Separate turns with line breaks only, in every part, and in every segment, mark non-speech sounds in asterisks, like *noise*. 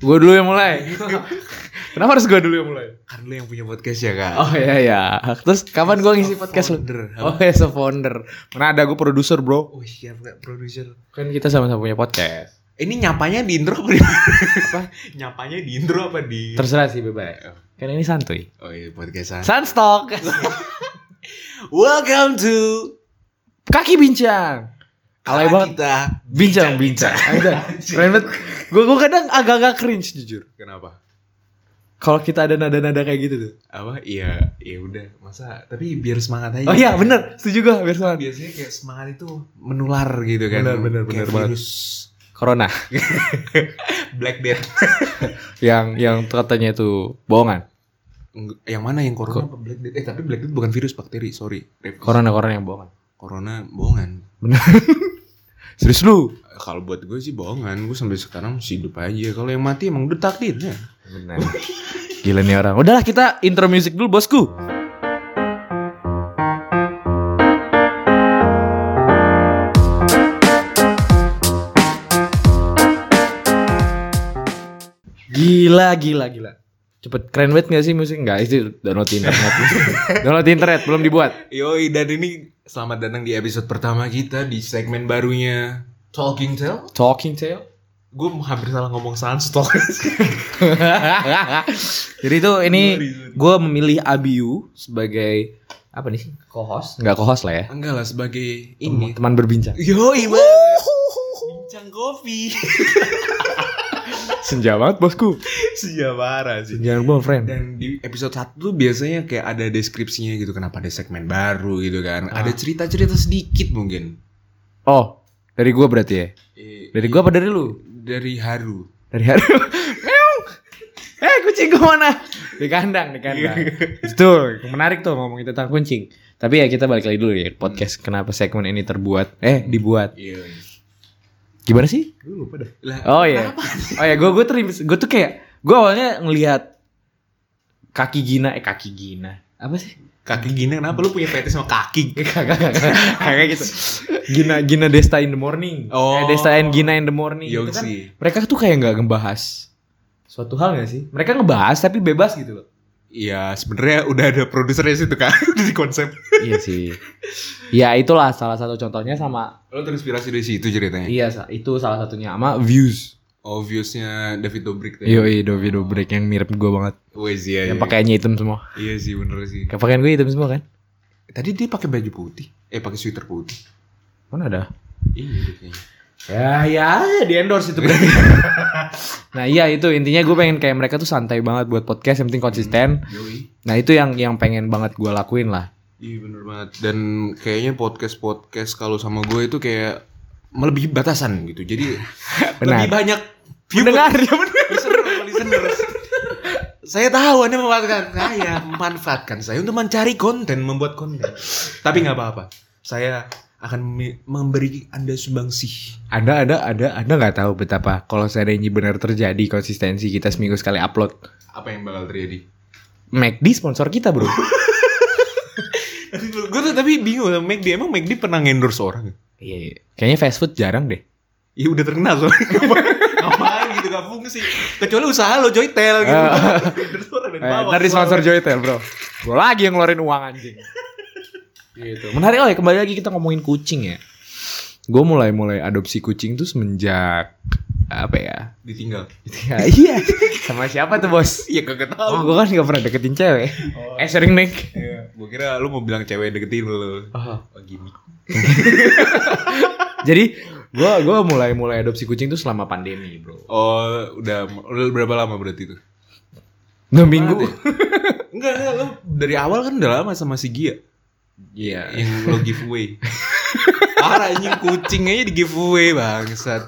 Gue dulu yang
*laughs*
mulai. *laughs* Kenapa harus gue dulu yang mulai?
Kan lu yang punya podcast ya kak
Oh iya iya. Terus kapan gue ngisi podcast lu?
Founder.
Oh ya, so founder. Mana ada gue produser bro.
Oh siap kak produser
Kan kita sama-sama punya podcast.
Ini nyapanya di intro apa di
Apa?
*laughs* Nyapanya di intro apa di
Terserah sih bebas. Karena ini santuy.
Oh iya podcastan
Sunstalk.
Welcome to
*laughs* Kaki bincang. Alay
Kala
banget.
kita
Bincang bincang. *laughs* Ada. Keren banget. Gue gue kadang agak-agak cringe jujur.
Kenapa?
Kalau kita ada nada-nada kayak gitu tuh.
Apa? Iya ya udah masa Tapi biar semangat aja
Oh iya bener. Setuju gue biar semangat.
Biasanya kayak semangat itu menular gitu kan
Benar, benar, benar
Kayak
banget.
virus
Corona. *laughs*
Black Death
yang yang katanya itu bohongan.
Nggak- Yang mana yang corona apa Black Death? Eh tapi Black Death bukan virus bakteri sorry
Corona corona yang bohongan.
Corona bohongan
Bener. *laughs* Serius lu?
kalau buat gue sih bohongan gue sampai sekarang masih hidup aja kalau yang mati emang udah takdirnya
Bener. Gila nih orang. Udahlah kita intro music dulu bosku. Gila, gila, gila. Cepet keren banget gak sih musik? Enggak, itu download di internet. download di internet, belum dibuat.
yoi dan ini selamat datang di episode pertama kita di segmen barunya Talking Tale
Talking Tail.
gue hampir salah ngomong Sunstalk *laughs*
Jadi itu ini
Sorry, sorry.
gue memilih Abiu sebagai apa nih sih? Co-host? Enggak co-host lah ya.
enggak lah sebagai
Teman,
ini
teman berbincang.
yoi banget bincang kopi *laughs*
Senja banget bosku.
sejarah sih
Senja banget friend.
dan di episode 1 tuh biasanya kayak ada deskripsinya gitu kenapa ada segmen baru gitu kan
Ah.
ada cerita-cerita sedikit mungkin
Oh, dari gue berarti ya. Dari gue apa dari lu?
dari Haru
Dari hari. Meong. eh kucing gue mana? Di kandang, di *laughs* kandang. Itu menarik tuh ngomongin tentang kucing. Tapi ya kita balik lagi dulu ya podcast kenapa segmen ini terbuat eh dibuat.
iya
Gimana sih?
gue lupa dah lah
Oh iya. Oh iya, gue gue gue tuh kayak gue awalnya ngelihat kaki Gina eh kaki Gina apa sih?
Kaki gini kenapa lu punya fetish sama
*laughs*
kaki?
Eh, Kagak kagak kagak gitu. Gina Gina Desta in the morning.
Oh.
Eh, Desta and Gina in the morning.
Yo
Itu kan,
Iya sih.
mereka tuh kayak nggak ngebahas suatu hal gak sih? Mereka ngebahas tapi bebas gitu loh.
Iya, sebenarnya udah ada produsernya situ *laughs* kan di konsep.
*laughs* iya sih. Ya itulah salah satu contohnya sama
Lo terinspirasi dari situ ceritanya.
iya sa- itu salah satunya sama views.
Obviously David Dobrik tuh.
Yo iya Dovi break yang mirip gue banget.
Wes iya.
Yang
iya.
pakaiannya hitam semua.
Iya sih bener sih.
Kayak Pakaian gue hitam semua kan?
Tadi dia pakai baju putih. Eh pakai sweater putih.
Mana ada?
Iya kayaknya.
Ya ya di endorse itu *laughs* berarti. nah iya itu intinya gue pengen kayak mereka tuh santai banget buat podcast yang penting konsisten.
Yoi.
Nah itu yang yang pengen banget gue lakuin lah.
Iya bener banget. Dan kayaknya podcast-podcast kalau sama gue itu kayak melebihi batasan gitu. *laughs* Jadi
Benar.
lebih banyak view-
Pendengar ya bener.
Listener, listeners. saya tahu Anda memanfaatkan saya, memanfaatkan saya untuk mencari konten, membuat konten. Tapi nggak apa-apa. Saya akan me- memberi Anda sumbangsih.
Anda ada ada Anda nggak tahu betapa kalau seandainya benar terjadi konsistensi kita seminggu sekali upload.
Apa yang bakal terjadi?
McD sponsor kita *laughs* bro.
gue tuh tapi bingung sama McD. Emang McD pernah endorse orang?
Iya. iya. Kayaknya fast food jarang deh.
Ya udah terkenal soalnya. Ngapain- Ngapain gitu gak fungsi. Kecuali usaha lo Joytel gitu. Endorse orang dari
Eh,
bawah.
ntar di sponsor Joytel bro. Gue lagi yang ngeluarin uang anjing. gitu. Menarik oh ya kembali lagi kita ngomongin kucing ya. Gue mulai mulai adopsi kucing tuh semenjak apa ya?
Ditinggal.
Ya, iya. *laughs* Sama siapa tuh bos?
Iya kagak
Oh,
tahu.
gue kan gak pernah deketin cewek. Eh sering nih.
Iya. Gue kira lu mau bilang cewek deketin lo. Oh, gimmick.
Jadi gue gua mulai mulai adopsi kucing tuh selama pandemi bro.
Oh, udah, udah berapa lama berarti itu?
Enam minggu.
Enggak, enggak, lo dari awal kan udah lama sama si Gia
Iya.
Yang lo
*laughs*
giveaway Parah anjing kucing aja di giveaway bangsat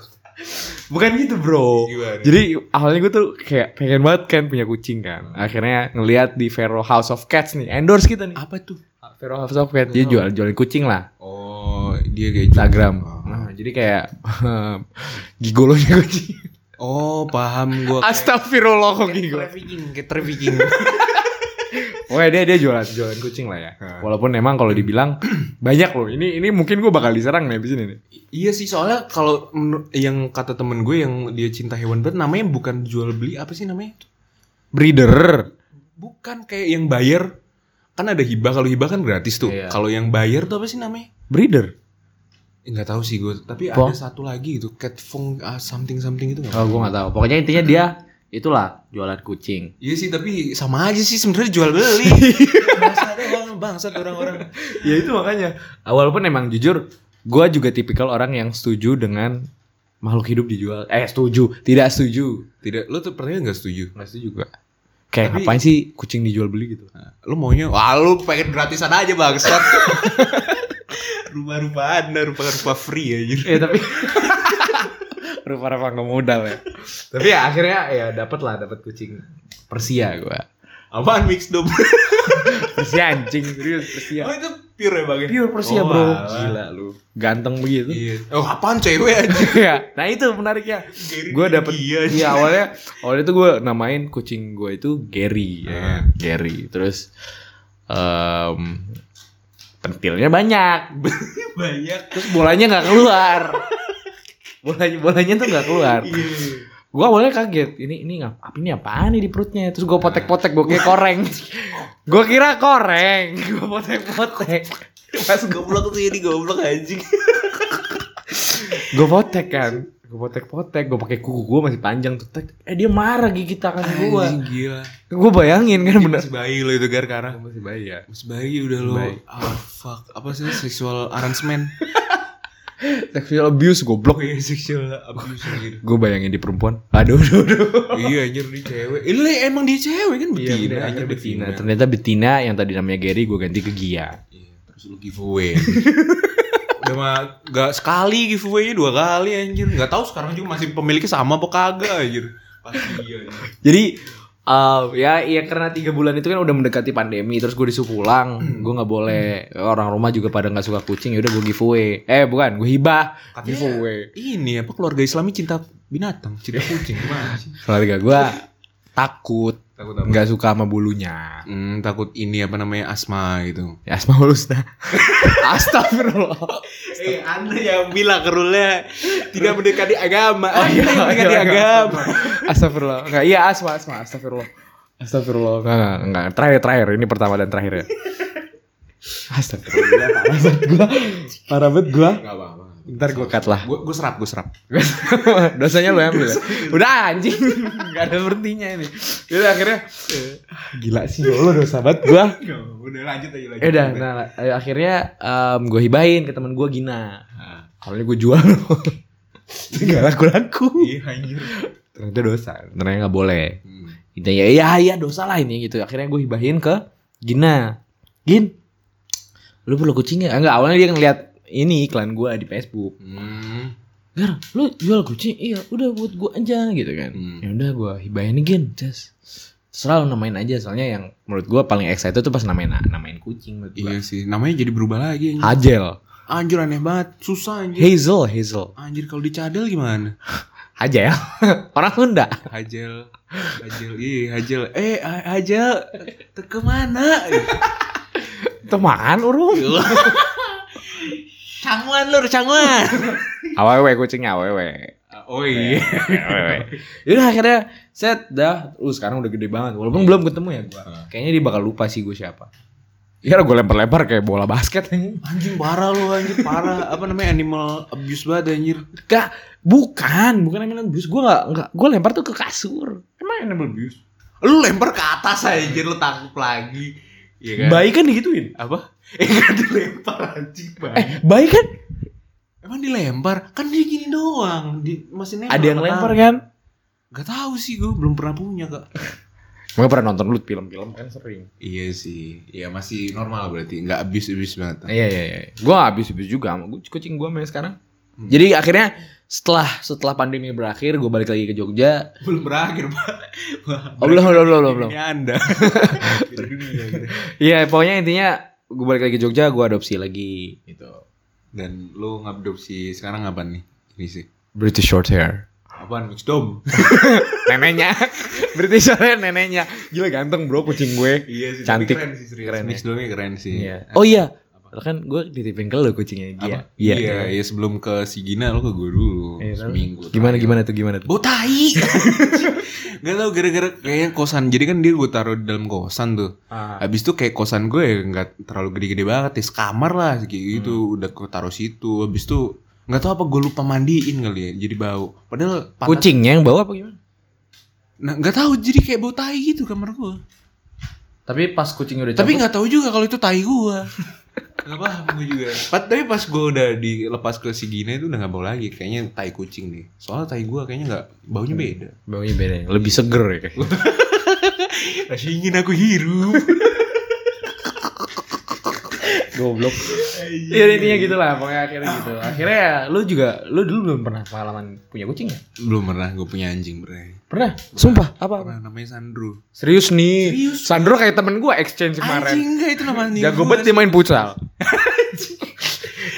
Bukan gitu bro.
Gimana?
Jadi awalnya gue tuh kayak pengen banget kan punya kucing kan. Akhirnya ngelihat di Vero House of Cats nih endorse kita nih.
Apa tuh?
Vero House of Cats dia jual jualin kucing lah
Oh, dia kayak
Instagram.
Oh.
Nah, jadi kayak *laughs* gigolonya kucing.
Oh, paham gua
Astagfirullah kok gigolo.
Trafficking, kayak trafficking
Pokoknya dia dia jualan jualan kucing lah ya. Walaupun emang kalau dibilang *clears throat* banyak loh. Ini ini mungkin gue bakal diserang nih abis ini nih.
*laughs* Iya sih soalnya kalau menur- yang kata temen gue yang dia cinta hewan banget namanya bukan jual beli apa sih namanya?
Breeder.
Bukan kayak yang bayar kan ada hibah kalau hibah kan gratis tuh.
Iya.
Kalau yang bayar tuh apa sih namanya?
Breeder.
Enggak tahu sih gue, tapi
Pong?
ada satu lagi itu cat fong ah, something something itu nggak?
Oh, gue nggak tahu. Pokoknya intinya dia itulah jualan kucing.
Iya sih tapi sama aja sih sebenarnya jual
*laughs*
beli. Bangsa doang bangsat orang-orang.
ya itu makanya. Walaupun emang jujur, gue juga tipikal orang yang setuju dengan makhluk hidup dijual. Eh setuju, tidak setuju.
Tidak, lu tuh pernah nggak setuju?
Nggak setuju gue. Kayak
Tapi-
ngapain sih kucing dijual beli gitu?
Lu maunya? Wah lu pengen gratisan aja bangsat. *laughs* Rumah-rumah anda, rumah-rumah free aja.
Ya tapi *laughs* rupa-rupa nggak modal ya. tapi ya akhirnya ya dapat lah dapat kucing Persia gue.
Apaan mix dom?
Persia anjing serius Persia.
Oh itu pure ya bang? ya?
Iya. Pure Persia
Oh,
bro.
alah.
lu. Ganteng begitu.
Iya. Oh apaan cewek aja?
ya, nah itu menariknya. Gue dapet
Iya.
Iya awalnya awalnya tuh gue namain kucing gue itu Gary, ya
Ah.
kan? Gary. Terus em pentilnya banyak,
Banyak.
terus bolanya nggak keluar. bolanya bolanya tuh nggak keluar.
Iya.
Gue awalnya kaget, ini ini ngap, apa ini apaan nih di perutnya? Terus gue potek-potek, gue kira koreng. gue kira koreng, gue potek-potek.
Pas goblok tuh ini goblok anjing.
Gue potek kan, gue potek-potek, gue pakai kuku gue masih panjang tuh. tek. Eh dia marah gigit tangan gue.
Anjing gila.
Gue bayangin kan
Ini
bener.
Masih bayi lo itu gar karena.
Masih bayi ya.
Masih bayi udah lo.
Bayi.
Ah fuck. Apa sih sexual *laughs* harassment?
Sexual abuse goblok.
Iya sexual abuse gitu.
gue bayangin di perempuan aduh aduh aduh
iya anjir dia cewek. Ini emang dia cewek kan betina anjir betina.
ternyata Iya, betina yang tadi namanya Gary gue ganti ke Gia
Iya, Terus lu giveaway. *laughs* Udah mah gak sekali giveaway-nya dua kali anjir. Gak tahu sekarang juga masih pemiliknya sama apa kagak anjir. Pasti iya. anjir.
jadi eh, ya ya karena tiga bulan itu kan udah mendekati pandemi terus gue disuruh pulang gue nggak boleh orang rumah juga pada nggak suka kucing ya udah gue giveaway eh bukan gue hibah Iya.
Katanya
giveaway
ini apa keluarga Islami cinta binatang, cinta kucing gimana sih?
keluarga gue takut
*laughs* Takut apa?
nggak suka sama bulunya
Hmm, takut ini apa namanya asma gitu.
ya Asmaul Husna *laughs* astagfirullah
Eh, Anda yang bilang kerulnya tidak mendekati agama. Oh,
iya, iya,
mendekati
iya.
agama. *laughs*
astagfirullah nggak iya asma asma astagfirullah astagfirullah nggak nggak, nggak terakhir terakhir ini pertama dan terakhir ya astagfirullah parah banget gua parah banget gua
Enggak apa-apa.
ntar gua cut lah *laughs*
Gue gue serap, gue serap.
dosanya lu yang ambil ya? udah anjing nggak ada berhentinya ini jadi akhirnya gila sih ya Allah dosa banget gua
Udah lanjut aja lagi.
ya udah nah eh, akhirnya em, gua hibahin ke teman gua Gina
Ah.
awalnya gua jual *laughs* nggak laku laku
Iya anjir.
ternyata dosa ternyata nggak boleh
Hmm,
Intinya ya ya dosa lah ini gitu. Akhirnya gue hibahin ke Gina. Gin, lu perlu kucing nggak? Ah, Enggak, awalnya dia ngeliat ini iklan gue di Facebook.
Hmm.
Gar, lu jual kucing? Iya, udah buat gue aja gitu kan.
Hmm.
Ya udah gue hibahin nih, Gin, Just Terserah lu namain aja soalnya yang menurut gue paling excited tuh pas namain namain kucing menurut gue.
Iya sih, namanya jadi berubah lagi. anjir.
Hajel,
Anjir aneh banget, susah anjir.
Hazel, Hazel,
Anjir kalau dicadel gimana?
Hajel, *laughs* orang Sunda.
Hajel, Hajel, iya Hajel. Eh Ha- Hajel, te kemana?
Teman urung.
cangguan lur, cangguan.
Awewe kucingnya awewe.
Oh iya.
*laughs* Yaudah akhirnya set dah. Lu sekarang udah gede banget. Walaupun belum ketemu ya gua. Kayaknya dia bakal lupa sih gue siapa. Ya gue lempar-lempar kayak bola basket nih.
Anjing parah lu anjir parah apa namanya animal abuse banget anjir.
Gak, bukan, bukan animal abuse. Gue gak, gak gue lempar tuh ke kasur. Emang animal abuse?
Lu lempar ke atas anjir lu tangkap lagi. Iya
Bayi kan digituin.
Apa? Eh kan dilempar anjing bayi.
Eh, bayi kan
Emang dilempar? Kan dia gini doang. Di, masih nempel.
ada yang
ke
lempar
tangan.
kan?
Gak tahu sih gue belum pernah punya kak.
Gue pernah nonton lu film-film kan sering.
Iya sih, ya masih normal berarti, nggak abis abis banget.
Iya iya iya. Gue habis-habis juga sama gua- kucing gue main sekarang. Jadi akhirnya setelah setelah pandemi berakhir, gue balik lagi ke Jogja.
Belum berakhir pak.
Oh, belum belum belum belum. belum.
Ini
*laughs*
anda. Beda dunia, gitu.
Iya, pokoknya intinya gue balik lagi ke Jogja, gue adopsi lagi gitu.
Dan lu ngadopsi sekarang apa nih? Ini sih.
British short hair.
Apa Apaan mixdom?
neneknya. *laughs* Berarti soalnya neneknya. Gila ganteng bro kucing gue.
Iya sih,
Cantik.
tapi keren sih serius.
Keren ya.
Mixdomnya keren sih.
Oh iya. Kan gue dititipin ke lu kucingnya dia.
Apa? iya, iya, sebelum ke si Gina lo ke gue dulu
Iya, lalu-
seminggu.
Gimana
terakhir.
gimana tuh gimana tuh?
Bau tai. *laughs* Gak tau gara-gara kayaknya kosan. Jadi kan dia gue taruh di dalam kosan tuh.
Ah,
Habis itu kayak kosan gue ya nggak terlalu gede-gede banget ya sekamar lah kayak
Hmm.
gitu udah gue taruh situ. Habis itu nggak tahu apa gue lupa mandiin kali ya jadi bau. Padahal panas-
Kucingnya yang bawa apa gimana?
Nah, nggak tahu jadi kayak bau tai gitu kamar gue.
Tapi pas kucingnya udah
Tapi
cabut,
nggak tahu juga kalau itu tai gue. *laughs* Gak Iya, paham gue juga. Pat- tapi pas gue udah dilepas ke si Gina itu udah gak bau lagi. Kayaknya tai kucing nih. Soalnya tai gue kayaknya nggak baunya beda.
Baunya beda. ya? Lebih seger ya kayaknya.
Masih ingin aku hirup.
Goblok. Iya intinya gitu lah, pokoknya akhirnya gitu. Akhirnya ya, lu juga, lu dulu belum pernah pengalaman punya kucing ya?
*laughs* Belum pernah gue punya anjing bre.
Pernah? Sumpah, apa?
Pernah namanya Sandro.
Serius nih.
Serius.
Sandro kayak temen gue exchange kemarin.
enggak itu namanya.
Jago banget dia main
*laughs*
futsal.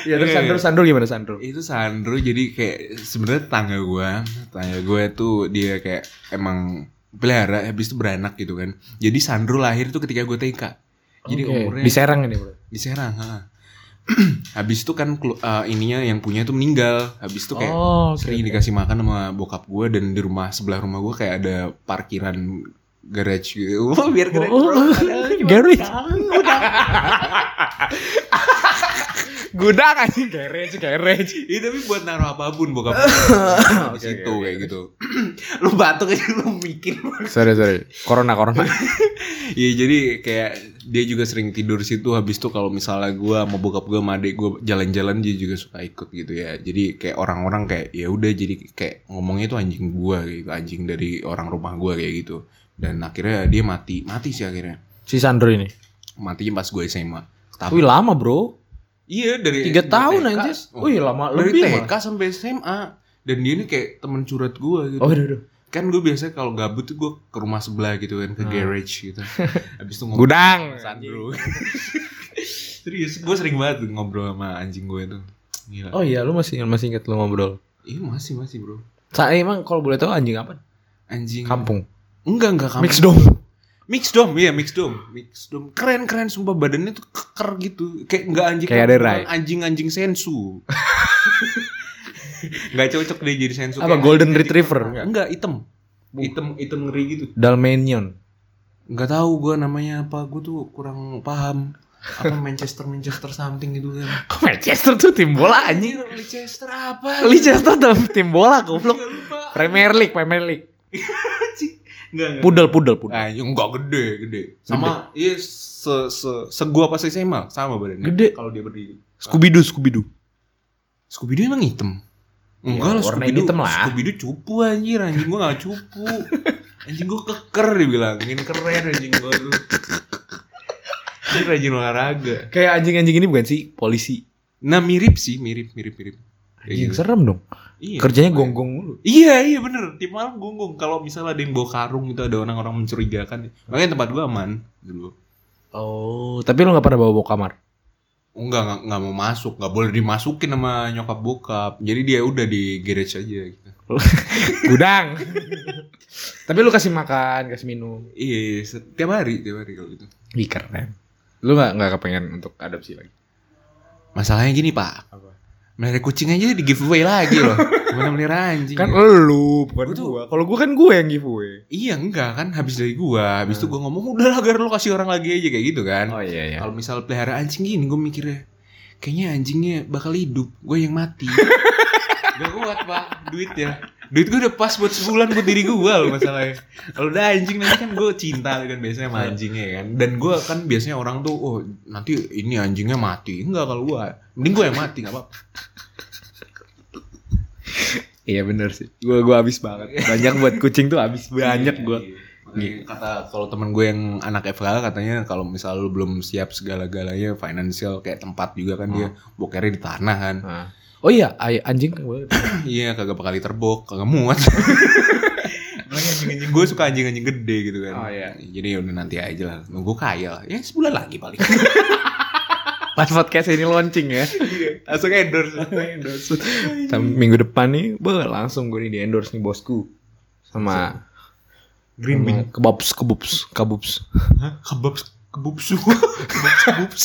Iya, terus Sandro, Sandro gimana Sandro?
Itu Sandro jadi kayak sebenarnya tetangga gue. Tetangga gue tuh dia kayak emang pelihara habis itu beranak gitu kan. Jadi Sandro lahir tuh ketika gue TK. Jadi
Oke,
umurnya
di Serang ini, Bro.
di Serang. ha. *clears throat* habis itu kan kelu- eh, ininya yang punya tuh meninggal. Habis itu kayak
Oh,
sering dikasih makan sama bokap gue dan di rumah sebelah rumah gue kayak ada parkiran garage gitu. *laughs* Wah, biar keren. bro.
Oh. Garage. Gudang anjing garage, garage.
Iya tapi buat naruh apapun
*laughs*
bokap gue di
Oke,
situ
oke, oke.
kayak gitu. *clears throat* lu batuk aja lu mikir.
Sorry, sorry. Corona, corona.
Iya jadi kayak dia juga sering tidur situ habis itu kalau misalnya gua mau bokap gua sama adik gua jalan-jalan dia juga suka ikut gitu ya. Jadi kayak orang-orang kayak ya udah jadi kayak ngomongnya itu anjing gua kayak gitu, anjing dari orang rumah gua kayak gitu. Dan akhirnya dia mati, mati sih akhirnya.
*laughs* Si Sandro ini.
Matinya pas gue SMA. Tapi
Wih, lama, Bro.
iya dari
Tiga
dari
tahun
TK.
anjir.
Oh.
Wih, lama
dari
lebih
TK
malah.
sampai SMA dan dia ini kayak temen curhat gua gitu.
Oh, aduh, aduh.
kan gue biasanya kalau gabut tuh gue ke rumah sebelah gitu kan ke
Hmm.
garage
*laughs*
gitu habis itu ngobrol
Gudang.
sama Sandro *laughs* serius gue sering banget tuh ngobrol sama anjing gue itu gila
Oh iya, lu masih masih ingat lu ngobrol.
iya masih masih bro
Sa emang kalau boleh tahu anjing apa?
anjing
Kampung.
enggak enggak kampung
Mix dong.
mix dom iya mix dom mix dom keren keren sumpah badannya tuh keker gitu kayak enggak anjing
Kayak ada rai.
anjing anjing
*laughs*
sensu Enggak cocok deh jadi sensu
Apa,
Kayak
golden
anjing-
retriever?
enggak enggak hitam hitam hitam ngeri gitu *laughs*
Dalmanian.
nggak tahu gue namanya apa gue tuh kurang paham apa Manchester Manchester something gitu kan
Kok Manchester tuh tim bola
anjing Leicester apa
Leicester tuh tim bola goblok.
Nggak Iya, lupa
Premier League, Premier League.
anjing nggak nggak
Pudel, pudel, pudel.
anjing nggak Eh, gede gede sama iya se se segua pas SMA sama badannya
Gede.
kalau dia berdiri
Scooby Doo, Scooby Doo.
Scooby Doo emang hitam
Ya,
enggak Iya, lah
warna
Scooby Doo
hitam lah.
Scooby Doo cupu anjir anjing gue nggak *laughs* cupu anjing gue keker dibilangin keren anjing gue tuh Anjing rajin olahraga
Kayak anjing-anjing ini bukan sih polisi.
Nah mirip sih, mirip, mirip, mirip. Kayak
Anjing
gitu.
serem dong.
Iya,
Kerjanya
lumayan.
gonggong mulu.
Iya, iya bener. Tiap malam gonggong. Kalau misalnya ada yang bawa karung gitu, ada orang-orang mencurigakan. Makanya tempat gua aman dulu.
Oh, tapi lu gak pernah bawa bawa kamar.
Enggak, enggak, enggak mau masuk. Enggak boleh dimasukin sama nyokap bokap. Jadi dia udah di garage aja gitu.
Gudang. *laughs* tapi lu kasih makan, kasih minum.
Iya, iya, setiap hari, tiap hari kalau gitu.
Ih, keren. Lu gak, gak kepengen untuk adopsi lagi?
Masalahnya gini, Pak.
Apa?
Melihara kucing aja di giveaway lagi loh. Gimana melihara anjing?
Kan
ya?
lu, bukan
Gua tuh-
gua. Kalau gua kan gua yang giveaway.
Iya, enggak kan habis dari gua.
Hmm.
Habis itu gua ngomong udah lah, Gar, lu kasih orang lagi aja kayak gitu kan.
Oh iya iya.
Kalau misal pelihara anjing gini gue mikirnya kayaknya anjingnya bakal hidup, gue yang mati. Gak kuat pak, duit ya. Duit gue udah pas buat sebulan buat diri gue loh masalahnya. Kalau udah anjing nanti kan gue cinta kan biasanya sama anjingnya kan. Dan gue kan biasanya orang tuh, oh nanti ini anjingnya mati. Enggak kalau gue, mending gue yang mati nggak apa-apa.
Iya bener sih. Gua gua habis banget. Banyak buat kucing tuh habis banyak Iya, gua.
Makanya Kata kalau temen gue yang anak FK katanya kalau misal lu belum siap segala-galanya financial kayak tempat juga kan dia bokernya di tanah kan.
Oh iya, ay- anjing gua-
Iya kagak bakal terbok, kagak muat. anjing gue suka anjing-anjing gede gitu
Oh,
kan.
iya.
*laughs* Jadi ya udah nanti aja lah. Nunggu kaya lah. Ya sebulan lagi paling.
Pas podcast ini launching ya.
Iya. Langsung endorse.
Tam- Minggu depan nih, beuh, langsung gue nih di endorse nih bosku. Sama,
Green
sama
bean.
kebabs, kebubs, kabubs.
Hah? Kebab kebab *laughs* suhu. Kebab kebab
*laughs*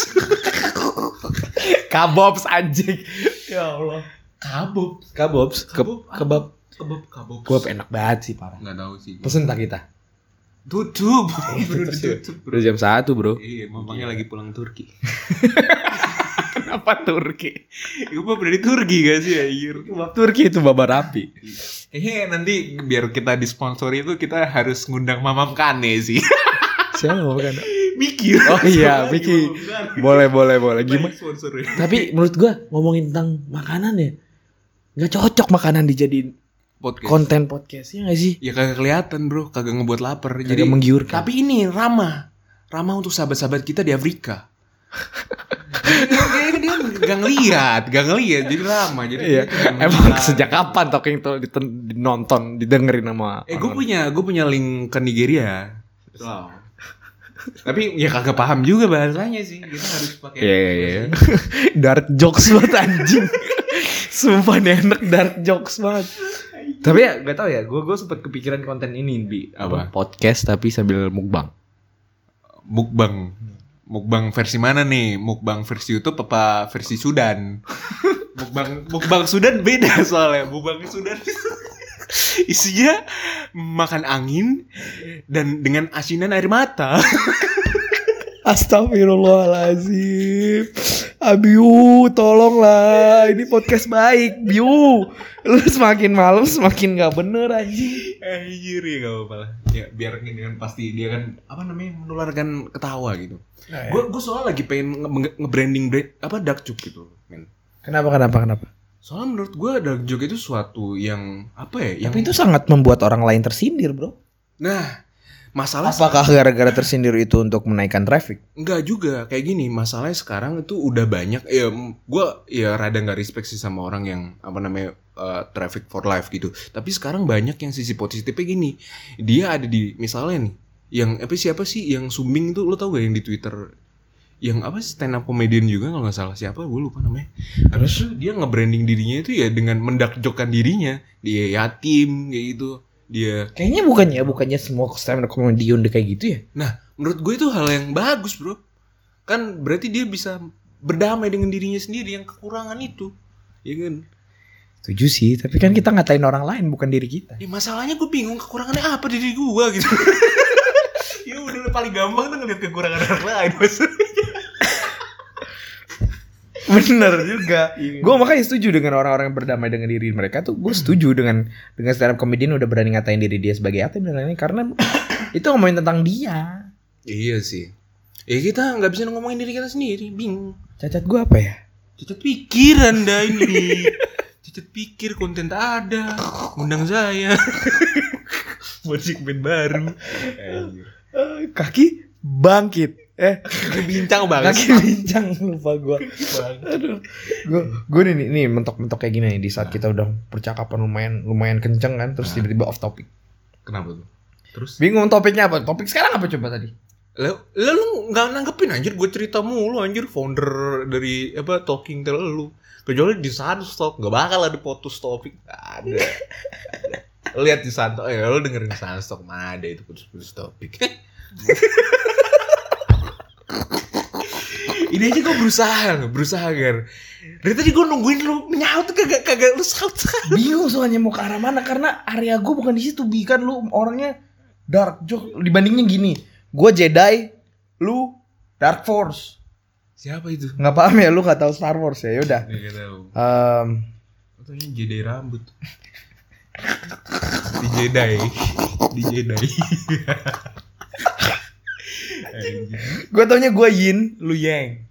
Kabobs anjing. Ya Allah.
Kabab.
Kabobs, ke-
Kabub apa?
kebab.
Kebab kabab.
Kebab enak banget sih parah.
Enggak tahu sih.
Pesen tak kita?
*laughs* Tutup. Iya, Bro, ditutup, bro.
Udah jam 1 bro.
Iya, mamanya lagi pulang Turki.
*laughs*
*laughs*
Kenapa Turki?
Gue mau berani Turki gak sih anjir?
Turki itu baba rapi.
Kayaknya nanti biar kita disponsori itu kita harus ngundang Mamam Kane sih.
*laughs* Siapa bukan?
Miki.
Oh iya, Miki. Boleh, boleh, boleh. Gimana?
Gimana? Sponsorin.
Tapi menurut gua ngomongin tentang makanan ya, nggak cocok makanan dijadiin
Podcast.
konten podcast ya nggak sih?
ya kagak kelihatan bro, kagak ngebuat lapar.
Jadi
Jadi
menggiurkan.
tapi ini ramah, ramah untuk sahabat-sahabat kita di Afrika. dia, dia, dia gak ngeliat, gak ngeliat, jadi ramah. Jadi
Iya.
dia gak
Emang
ngeliat.
sejak kapan talking itu dinonton, didengerin sama
Eh gue
orang?
punya, gue punya link ke Nigeria. Wow. Tapi ya kagak paham juga bahasanya sih. Kita harus pakai.
Iya, iya, iya. *laughs* Dark jokes banget anjing. Sumpah nih enak dark jokes banget. Tapi ya gak tau ya, gue gue sempet kepikiran konten ini bi
Apa?
podcast tapi sambil mukbang.
Mukbang. Mukbang versi mana nih? Mukbang versi YouTube apa versi *laughs* Sudan? mukbang mukbang Sudan beda soalnya. Mukbang Sudan *laughs* isinya makan angin dan dengan asinan air mata.
Astagfirullahalazim. Abiu, uh, tolonglah. Ini podcast baik, Biu. Lu semakin malam semakin gak bener anjing.
Anjir ya gak apa-apa lah. Ya biar ini kan pasti dia kan apa namanya menularkan ketawa gitu.
Nah, ya.
Gue gue soalnya lagi pengen nge- nge- nge-branding brand- apa dark joke gitu, men.
Kenapa kenapa kenapa?
Soalnya menurut gue dark joke itu suatu yang apa ya? Yang
Tapi itu sangat membuat orang lain tersindir, Bro.
nah masalah
Apakah gara-gara tersindir itu untuk menaikkan traffic?
Enggak juga kayak gini masalahnya sekarang itu udah banyak ya gue ya rada nggak respect sih sama orang yang apa namanya uh, traffic for life gitu tapi sekarang banyak yang sisi positifnya gini dia ada di misalnya nih yang apa siapa sih yang sumbing tuh lo tau gak yang di twitter yang apa sih, stand up comedian juga kalau nggak salah siapa gue lupa namanya habis itu dia nge-branding dirinya itu ya dengan mendakjokkan dirinya dia yatim kayak gitu dia
Kayaknya bukannya bukannya semua stand up comedian udah kayak gitu ya?
menurut gue itu hal yang bagus bro kan berarti dia bisa berdamai dengan dirinya sendiri yang kekurangan itu ya kan
Setuju sih, tapi kan kita ngatain orang lain bukan diri kita.
*laughs* ya masalahnya gue bingung kekurangannya apa di diri gue gitu *laughs* ya udah lah, paling gampang tuh ngeliat kekurangan orang lain maksudnya
Bener juga. Gue makanya setuju dengan orang-orang yang berdamai dengan diri mereka tuh. Gue setuju dengan dengan stand up comedian udah berani ngatain diri dia sebagai ateis dan lain-lain karena itu ngomongin tentang dia.
iya sih ya kita nggak bisa ngomongin diri kita sendiri bingung
Cacat gue apa ya?
cacat pikir anda ini cacat pikir konten tak ada undang saya buat segmen baru
Eh, Kaki bangkit. Eh,
*laughs* bincang
kaki bincang lupa gue. Gue gue nih nih mentok-mentok kayak gini nih di saat kita udah percakapan lumayan lumayan kenceng kan terus tiba-tiba off topic.
kenapa tuh terus
Bingung topiknya apa? Topik sekarang apa coba tadi?
Lah, lah lu nggak nanggepin anjir gue cerita mulu anjir founder dari apa talking tell lu. Kecuali di Sunstock nggak bakal ada potus topik Nggak ada. *laughs* Nggak ada. Lu Lihat di Sunstock, eh lu dengerin Sunstock mana ada itu putus-putus topik. *laughs* Ini aja gue berusaha, berusaha agar dari tadi gue nungguin lu nyaut kagak kagak lu saut.
bingung soalnya mau ke arah mana karena area gue bukan di situ bi kan lu orangnya dark joke dibandingnya gini gue Jedi lu Dark Force
Siapa itu?
nggak paham ya lu nggak tahu Star Wars ya yaudah
Nggak tahu.
Em,
Katanya Jedi rambut. *laughs* Di Jedi. Di Jedi. *laughs*
gue taunya gue Yin lu Yang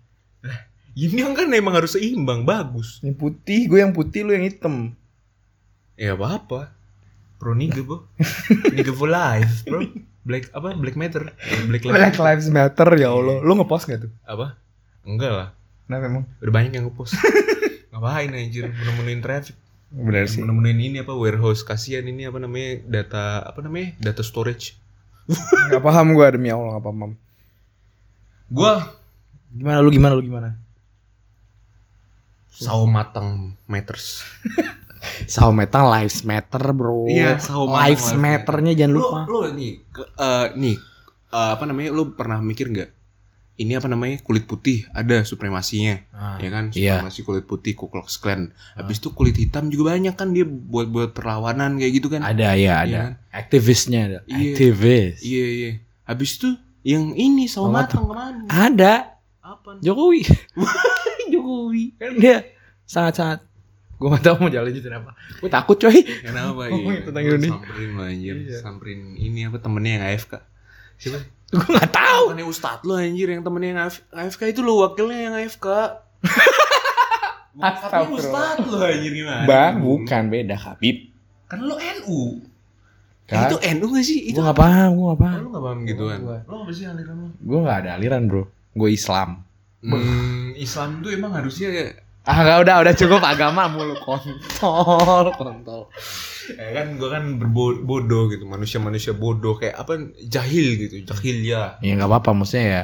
Ini kan emang harus seimbang, bagus.
yang putih gue yang putih lu yang hitam
Ya apa apa. Pro nigga, bro. Nigga for life, bro. Black apa? Black matter. Eh, Black life.
Black Lives Matter ya Allah lu ngepost gak tuh
Apa? Enggak lah.
nah memang
Udah banyak yang ngepost.
*laughs*
Ngapain anjir menemuin traffic.
benar Iya sih
Menemuin ini apa warehouse kasihan ini apa namanya? Data apa namanya? Data storage.
nggak paham gue demi Allah nggak paham
Gua
gimana lu gimana lu gimana
sawo matang matters.
Sawo metal lives matter bro.
Iya, sawo matang
lives
lives
matternya jangan
Lu,
Oh, lupa.
lu nih, ke- eh, nih eh, apa namanya? Lu pernah mikir nggak? Ini apa namanya? Kulit putih ada supremasinya, ya kan?
iya.
Supremasi kulit putih Ku Klux Klan. Habis itu kulit hitam juga banyak kan dia buat-buat perlawanan kayak gitu kan.
Ada ya
Iya
ada.
kan?
Aktivisnya ada.
Iya.
Aktivis.
Iya, iya. Habis itu yang ini
Sawo
sawo
matang.
matang kemana?
Ada
Apa?
Jokowi. *laughs*
Jokowi.
Kan dia sangat-sangat. Gue gak tau mau jalan lanjutin apa. Gue takut coy.
Kenapa
*laughs*
ya?
Ngomongin tentang
Lu
Indonesia.
Samperin lu anjir,
Iya.
samperin ini apa temennya yang AFK. Siapa?
Gue gak tahu.
Bukannya Ustadz lu anjir yang temennya yang AF- AFK itu lu wakilnya yang AFK. *laughs* Bukan tapi
Astagfirullah.
Ustadz lu anjir gimana?
Bang, bukan beda Habib.
Kan lu NU.
Kan?
Itu NU gak sih? Itu
Gue gak paham, gue gak
Oh,
paham.
lu gak paham gituan.
Gua-
Lu apa sih aliran lu?
Gue gak ada aliran bro. Gue Islam.
Hmm, Islam tuh emang harusnya ya
Ah gak udah, udah cukup agama *laughs* mulu. Kontol, kontol.
*laughs* Eh, kan gua kan berbodoh gitu, manusia-manusia bodoh kayak apa jahil gitu, jahil ya.
Ya gak apa-apa maksudnya ya.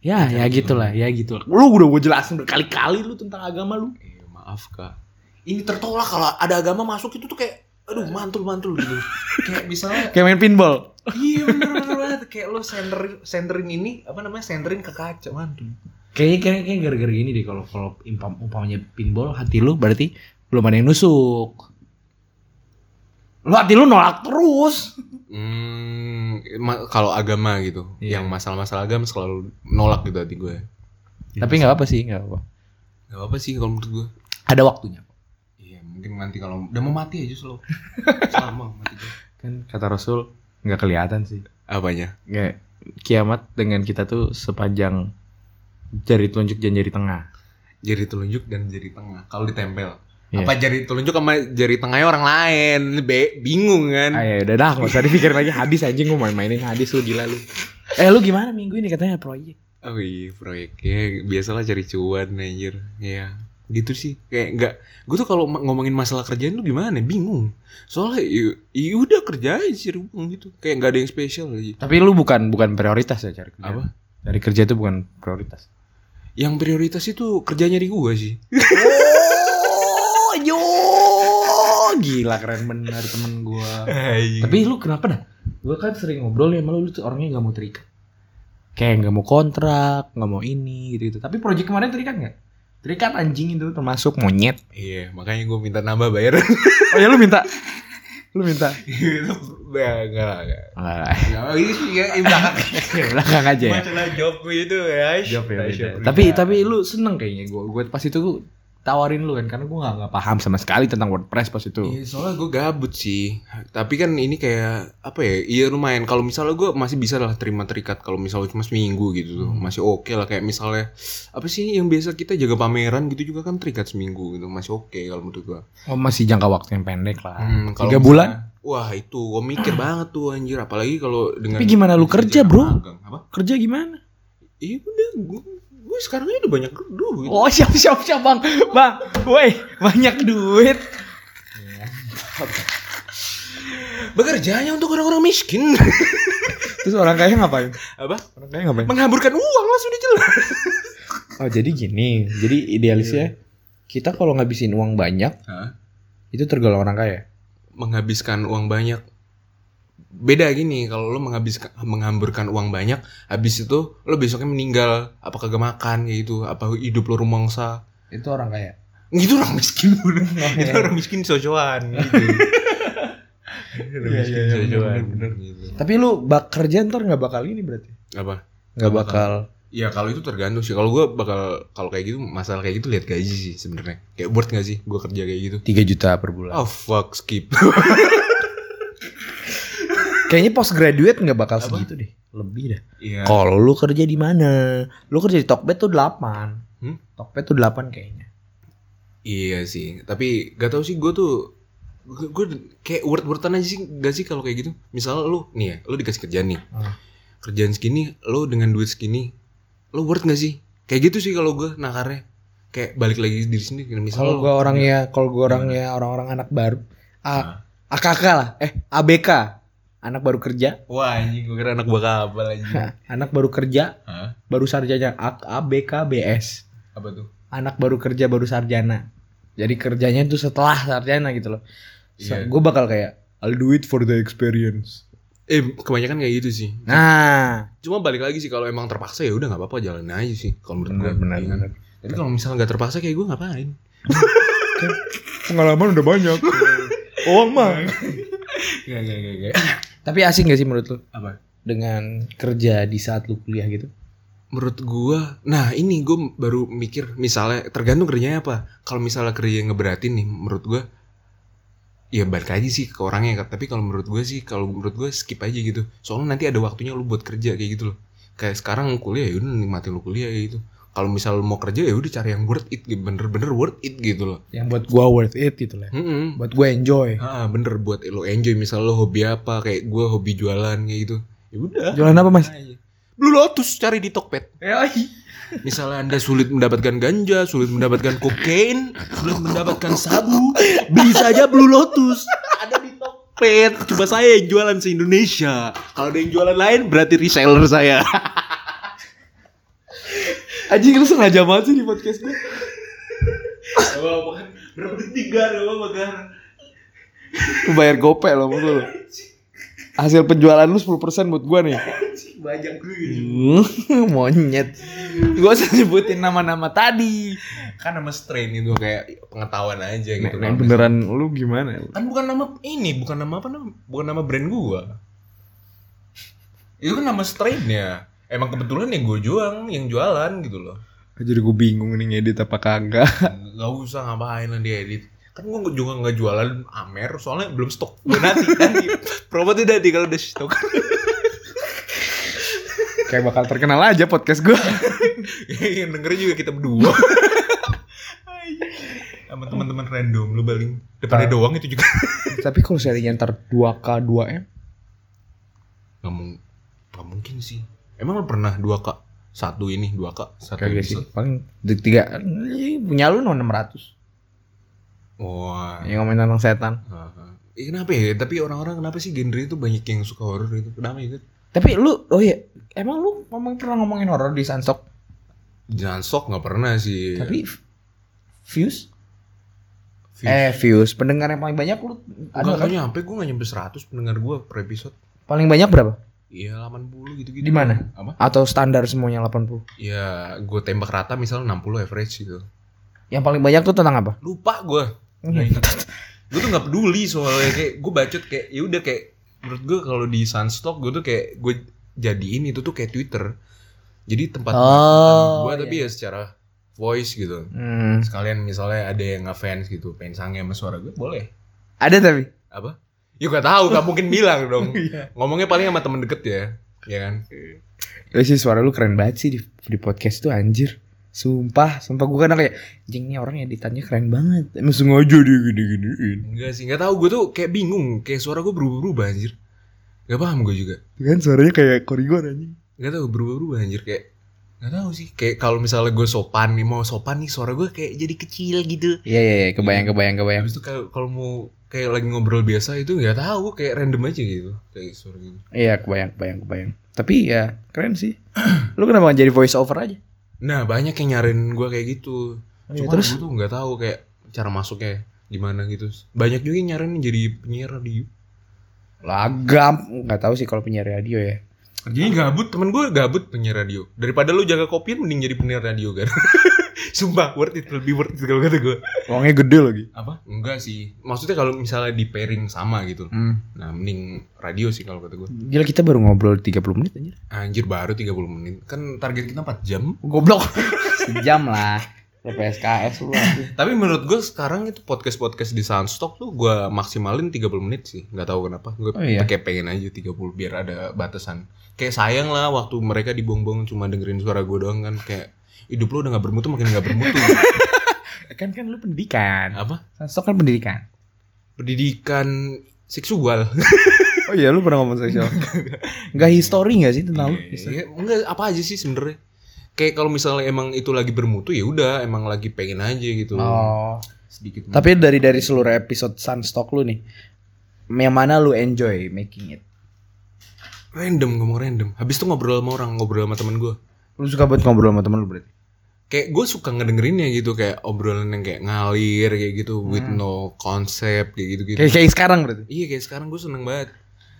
Ya, ya gitulah, ya gitu. Lu udah gue jelasin berkali-kali lu tentang agama lu.
Iya, maaf kak. Ini tertolak kalau ada agama masuk itu tuh kayak aduh mantul mantul gitu. *laughs* kayak misalnya
Kayak main pinball.
iya bener bener banget kayak lo senterin senterin ini apa namanya senterin ke kaca mantul.
Kayaknya kayaknya kayak gara-gara gini deh kalau kalau impam- umpamanya pinball hati lu berarti belum ada yang nusuk. Lu hati lu nolak terus.
Hmm, ma- kalau agama gitu,
Iya.
yang masalah-masalah agama selalu nolak gitu hati gue. Iya,
Tapi nggak apa sih, nggak apa.
Gak apa sih kalau menurut gue.
Ada waktunya.
Iya mungkin nanti kalau udah mau mati aja *laughs* selalu sama mati gue.
Kan kata Rasul nggak kelihatan sih.
Apanya?
Nggak kiamat dengan kita tuh sepanjang jari telunjuk dan jari tengah.
Jari telunjuk dan jari tengah. Kalau ditempel.
Iya.
Apa jari telunjuk sama jari tengahnya orang lain? Be- bingung
Ayo
kan?
Ah, ya, udah dah, nggak usah dipikirin lagi hadis anjing gue main-mainin hadis lu gila lu. Eh lu gimana minggu ini katanya proyek?
Oh iya proyeknya biasalah cari cuan anjir Iya gitu sih kayak nggak gue tuh kalau ma- ngomongin masalah kerjaan tuh gimana ya? bingung soalnya ya- ya udah kerja aja cari uang gitu kayak nggak ada yang spesial lagi
Tapi lu bukan bukan prioritas ya cari kerja.
Apa?
Dari kerja itu bukan prioritas.
yang prioritas itu kerjanya di gue sih
Oh, yo, gila keren bener temen gua.
tapi
Tapi lu kenapa dah? Gua kan sering ngobrol nih sama lu, lu tuh orangnya nggak mau terikat. Kayak nggak mau kontrak, nggak mau ini gitu, gitu. Tapi proyek kemarin terikat nggak? Terikat anjing itu termasuk monyet.
iya makanya gue minta nambah *laughs* bayaran
Oh ya lu minta, lu minta.
gitu ya enggak lah enggak
Nggak,
Ya, ini sih ya belakang
belakang aja ya.
masalah job itu ya
Job ya,
Tasya
beda.
Prima.
Tapi tapi lu seneng kayaknya gue. Gue pas itu gua tawarin lu kan karena gue nggak nggak paham sama sekali tentang WordPress pas itu.
Iya soalnya gue gabut sih Tapi kan ini kayak Apa ya Iya lumayan Kalau misalnya gue masih bisa lah terima terikat Kalau misalnya cuma seminggu gitu tuh Masih oke lah Kayak misalnya Apa sih yang biasa kita jaga pameran gitu juga kan Terikat seminggu gitu Masih oke kalau menurut gue
Oh masih jangka waktu yang pendek lah.
Hmm, kalau
Tiga
misalnya-
bulan?
Wah itu gue mikir banget tuh anjir Apalagi kalau dengan
Tapi gimana lu kerja,
jarak
bro?
magang. Apa?
Kerja gimana?
Iya udah gue, gue sekarang aja udah banyak duit gitu.
Oh siap siap siap bang, bang, woi banyak duit.
Bekerjanya untuk orang-orang miskin *laughs*
Terus orang kaya ngapain?
Apa?
Orang kaya ngapain?
Menghamburkan uang lah sudah jelas
Oh jadi gini, jadi idealisnya kita kalau ngabisin uang banyak
Hah?
itu tergolong orang kaya.
menghabiskan uang banyak beda gini kalau lo menghabiskan menghamburkan uang banyak habis itu lo besoknya meninggal apa kagak makan kayak gitu apa hidup lo rumangsa
Itu orang kaya.
gitu orang miskin
*laughs*
udah
Nah,
itu orang miskin socoan gitu
Iya,
orang
iya,
miskin
iya,
socoan
bener, bener.
bener gitu
Tapi lu bak kerja ntar nggak bakal ini berarti?
apa
Nggak
Nggak
bakal.
ya kalau itu tergantung sih kalau gue bakal kalau kayak gitu masalah kayak gitu lihat gaji sih sebenarnya kayak worth gak sih gue kerja kayak gitu
3 juta per bulan.
oh fuck skip
Kayaknya post graduate nggak bakal
Apa?
segitu deh. Lebih dah.
*laughs* iya
Kalau lu kerja di mana? Lu kerja di Tokped tuh 8.
Hmm?
Tokped tuh 8 kayaknya.
Iya sih, tapi gak tau sih gue tuh gue kayak word wordan aja sih gak sih kalau kayak gitu. Misal lu nih ya, lu dikasih kerjaan nih.
Hmm.
Kerjaan segini, lu dengan duit segini, lu worth gak sih? Kayak gitu sih kalau gue nakarnya. Kayak balik lagi diri sendiri. Misal
Kalau
lu-
gua
iya.
orangnya, kalau gua orangnya orang-orang anak baru,
Ah.
A, AKK lah, eh ABK, anak baru kerja,
Wah anjing gue kira anak bakal
*laughs*
apa lagi.
anak baru kerja,
Hah?
baru sarjana A- ABK BS.
Apa tuh?
anak baru kerja baru sarjana. Jadi kerjanya itu setelah sarjana gitu loh.
Iya.
Gue bakal kayak I'll do it for the experience.
Eh kebanyakan kayak gitu sih.
Nah,
Cuma balik lagi sih kalau emang terpaksa ya udah nggak apa-apa jalan aja sih kalau menurut gue.
Benar, benar,
Iya.
benar.
Tapi kalau misalnya nggak terpaksa kayak gue ngapain?
pengalaman udah
*laughs*
banyak. Uang mah.
Iya. Gak gak gak gak.
Tapi asing gak sih menurut lo
Apa?
dengan kerja di saat lu kuliah gitu?
Menurut gue, nah ini gue baru mikir misalnya tergantung kerjanya apa. Kalau misalnya kerja yang ngeberatin nih, menurut gue ya balik aja sih ke orangnya. Tapi kalau menurut gue sih, kalau menurut gue skip aja gitu. Soalnya nanti ada waktunya lu buat kerja kayak gitu loh. Kayak sekarang kuliah ya udah nikmatin lu kuliah kayak gitu. Kalau misal lu mau kerja ya udah cari yang worth it, bener-bener worth it gitu loh.
Yang buat gua worth it gitu lah.
Mm-mm.
Buat gua enjoy.
Ah, bener buat lo enjoy misal lo hobi apa kayak gue hobi jualan kayak gitu. Ya udah.
Jualan apa mas?
Blue Lotus cari di Tokped.
Yoi.
Misalnya Anda sulit mendapatkan ganja, sulit mendapatkan kokain, sulit mendapatkan sabu, beli saja Blue Lotus. Ada di Tokped. Coba saya yang jualan se-Indonesia. Kalau ada yang jualan lain berarti reseller *laughs* saya. Anjing lu sengaja banget sih di podcast gue. Berapa tiga, berapa
Lu bayar gope loh maksud lu. Hasil penjualan lu 10% buat gua nih.
Banyak gue.
*laughs* Monyet. Gua usah sebutin nama-nama tadi.
kan nama strain itu kayak pengetahuan aja
Nah,
gitu kan.
beneran lu gimana?
Kan bukan nama ini, bukan nama apa nama, bukan nama brand gua. Itu kan nama strain ya. Emang kebetulan ya gue juang yang jualan gitu loh.
Jadi gue bingung nih ngedit apa kagak.
Gak usah ngapain lah dia edit. Kan gue juga gak jualan Amer soalnya belum stok. Gua nanti
*laughs*
nanti promo tuh nanti kalau udah stok.
*laughs* Kayak bakal terkenal aja podcast gua.
*laughs* yang dengerin juga kita berdua. sama teman-teman random lu paling
Nah.
depannya doang itu juga
*laughs*
*laughs*
Tapi kalau serinya ntar 2K 2M
Gak, mung- gak mungkin sih. Emang lo pernah dua kak? Satu ini, dua kak? Satu
kagak sih.
episode?
gitu. Paling di- tiga Ih, punya lu no 600.
Wah.
Yang ngomongin tentang setan.
Heeh. Ih, kenapa ya? Tapi orang-orang kenapa sih genre itu banyak yang suka horor itu? Kenapa gitu? itu?
Tapi lu oh iya, emang lu ngomong pernah ngomongin horor di Sunstock?
Jangan sok nggak pernah sih.
Tapi v- views?
Views.
Eh, views pendengar yang paling banyak lu
Nggak,
ada
nggak
kan?
nyampe gue nggak nyampe 100 pendengar gue per episode.
Paling banyak berapa?
Iya 80 gitu-gitu.
Di mana?
Apa?
Atau standar semuanya 80?
Ya gue tembak rata misalnya 60 average gitu.
Yang paling banyak tuh tentang apa?
Lupa gue.
Oh, iya.
gue tuh nggak peduli soalnya kayak gue bacot kayak ya udah kayak menurut gue kalau di Sunstock gue tuh kayak gue jadiin itu tuh kayak Twitter jadi tempat
Oh,
gue tapi
iya.
ya secara voice gitu
Hmm.
sekalian misalnya ada yang ngefans gitu pengen sange sama suara gue boleh
Ada tapi.
apa ya gak tahu gak mungkin bilang
*laughs*
dong
Iya.
ngomongnya paling sama temen deket ya ya kan
Eh sih suara lu keren banget sih di, di podcast tuh anjir. Sumpah, sumpah gue kadang kayak jing nih orang editannya keren banget. Emang sengaja dia gini-giniin.
enggak sih nggak tahu gue tuh kayak bingung kayak suara gue berubah-ubah anjir gak paham gue juga
Kan suaranya kayak korigor anjing.
nggak tahu berubah-ubah anjir kayak nggak tahu sih kayak kalau misalnya gue sopan nih mau sopan nih suara gue kayak jadi kecil gitu
Iya
Ya,
iya iya, kebayang kebayang kebayang.
habis itu kalau kalau mau kayak lagi ngobrol biasa itu nggak tahu kayak random aja gitu kayak suara gitu
Iya, kebayang kebayang kebayang. Tapi ya keren sih. *clears throat* lu kenapa gak jadi voice over aja?
nah banyak yang nyarin gue kayak gitu
Iya,
cuma
terus?
gue tuh nggak tahu kayak cara masuknya gimana gitu banyak juga yang nyarin jadi penyiar radio
Lagam, nggak tahu sih kalau penyiar radio ya.
kerjanya gabut temen gue gabut penyiar radio daripada lu jaga kopian mending jadi penyiar radio kan *laughs* sumpah worth it lebih worth it kalau kata gue
Uangnya gede lagi.
apa enggak sih maksudnya kalau misalnya di pairing sama gitu
Hmm.
nah mending radio sih kalau kata gue
Gila kita baru ngobrol 30 menit anjir.
anjir baru 30 menit kan target kita 4 jam
Goblok. *laughs* Sejam lah. PSKS lu.
tapi menurut gue sekarang itu podcast podcast di Soundstock tuh gue maksimalin 30 menit sih nggak tahu kenapa gue
Oh, iya.
kayak pengen aja 30 biar ada batasan kayak sayang lah waktu mereka dibuang-buang cuma dengerin suara gue doang kan kayak hidup lu udah nggak bermutu makin nggak bermutu
*laughs* kan kan lu pendidikan.
apa
Sosok kan pendidikan.
pendidikan seksual
*laughs* Oh iya lu pernah ngomong *laughs* seksual. Enggak history enggak sih tentang lu? History.
Iya, enggak apa aja sih sebenarnya. Kayak kalau misalnya emang itu lagi bermutu ya udah emang lagi pengen aja gitu.
Oh.
Sedikit.
Tapi dari dari seluruh episode Sunstock lu nih, yang mana lu enjoy making it?
random ngomong random. Habis itu ngobrol sama orang, ngobrol sama temen gue.
Lu suka buat ngobrol sama temen lu berarti?
kayak gue suka ngedengerinnya gitu kayak obrolan yang kayak ngalir kayak gitu with no konsep kayak gitu gitu
Hmm. Kayak kayak sekarang berarti.
iya kayak sekarang gue seneng banget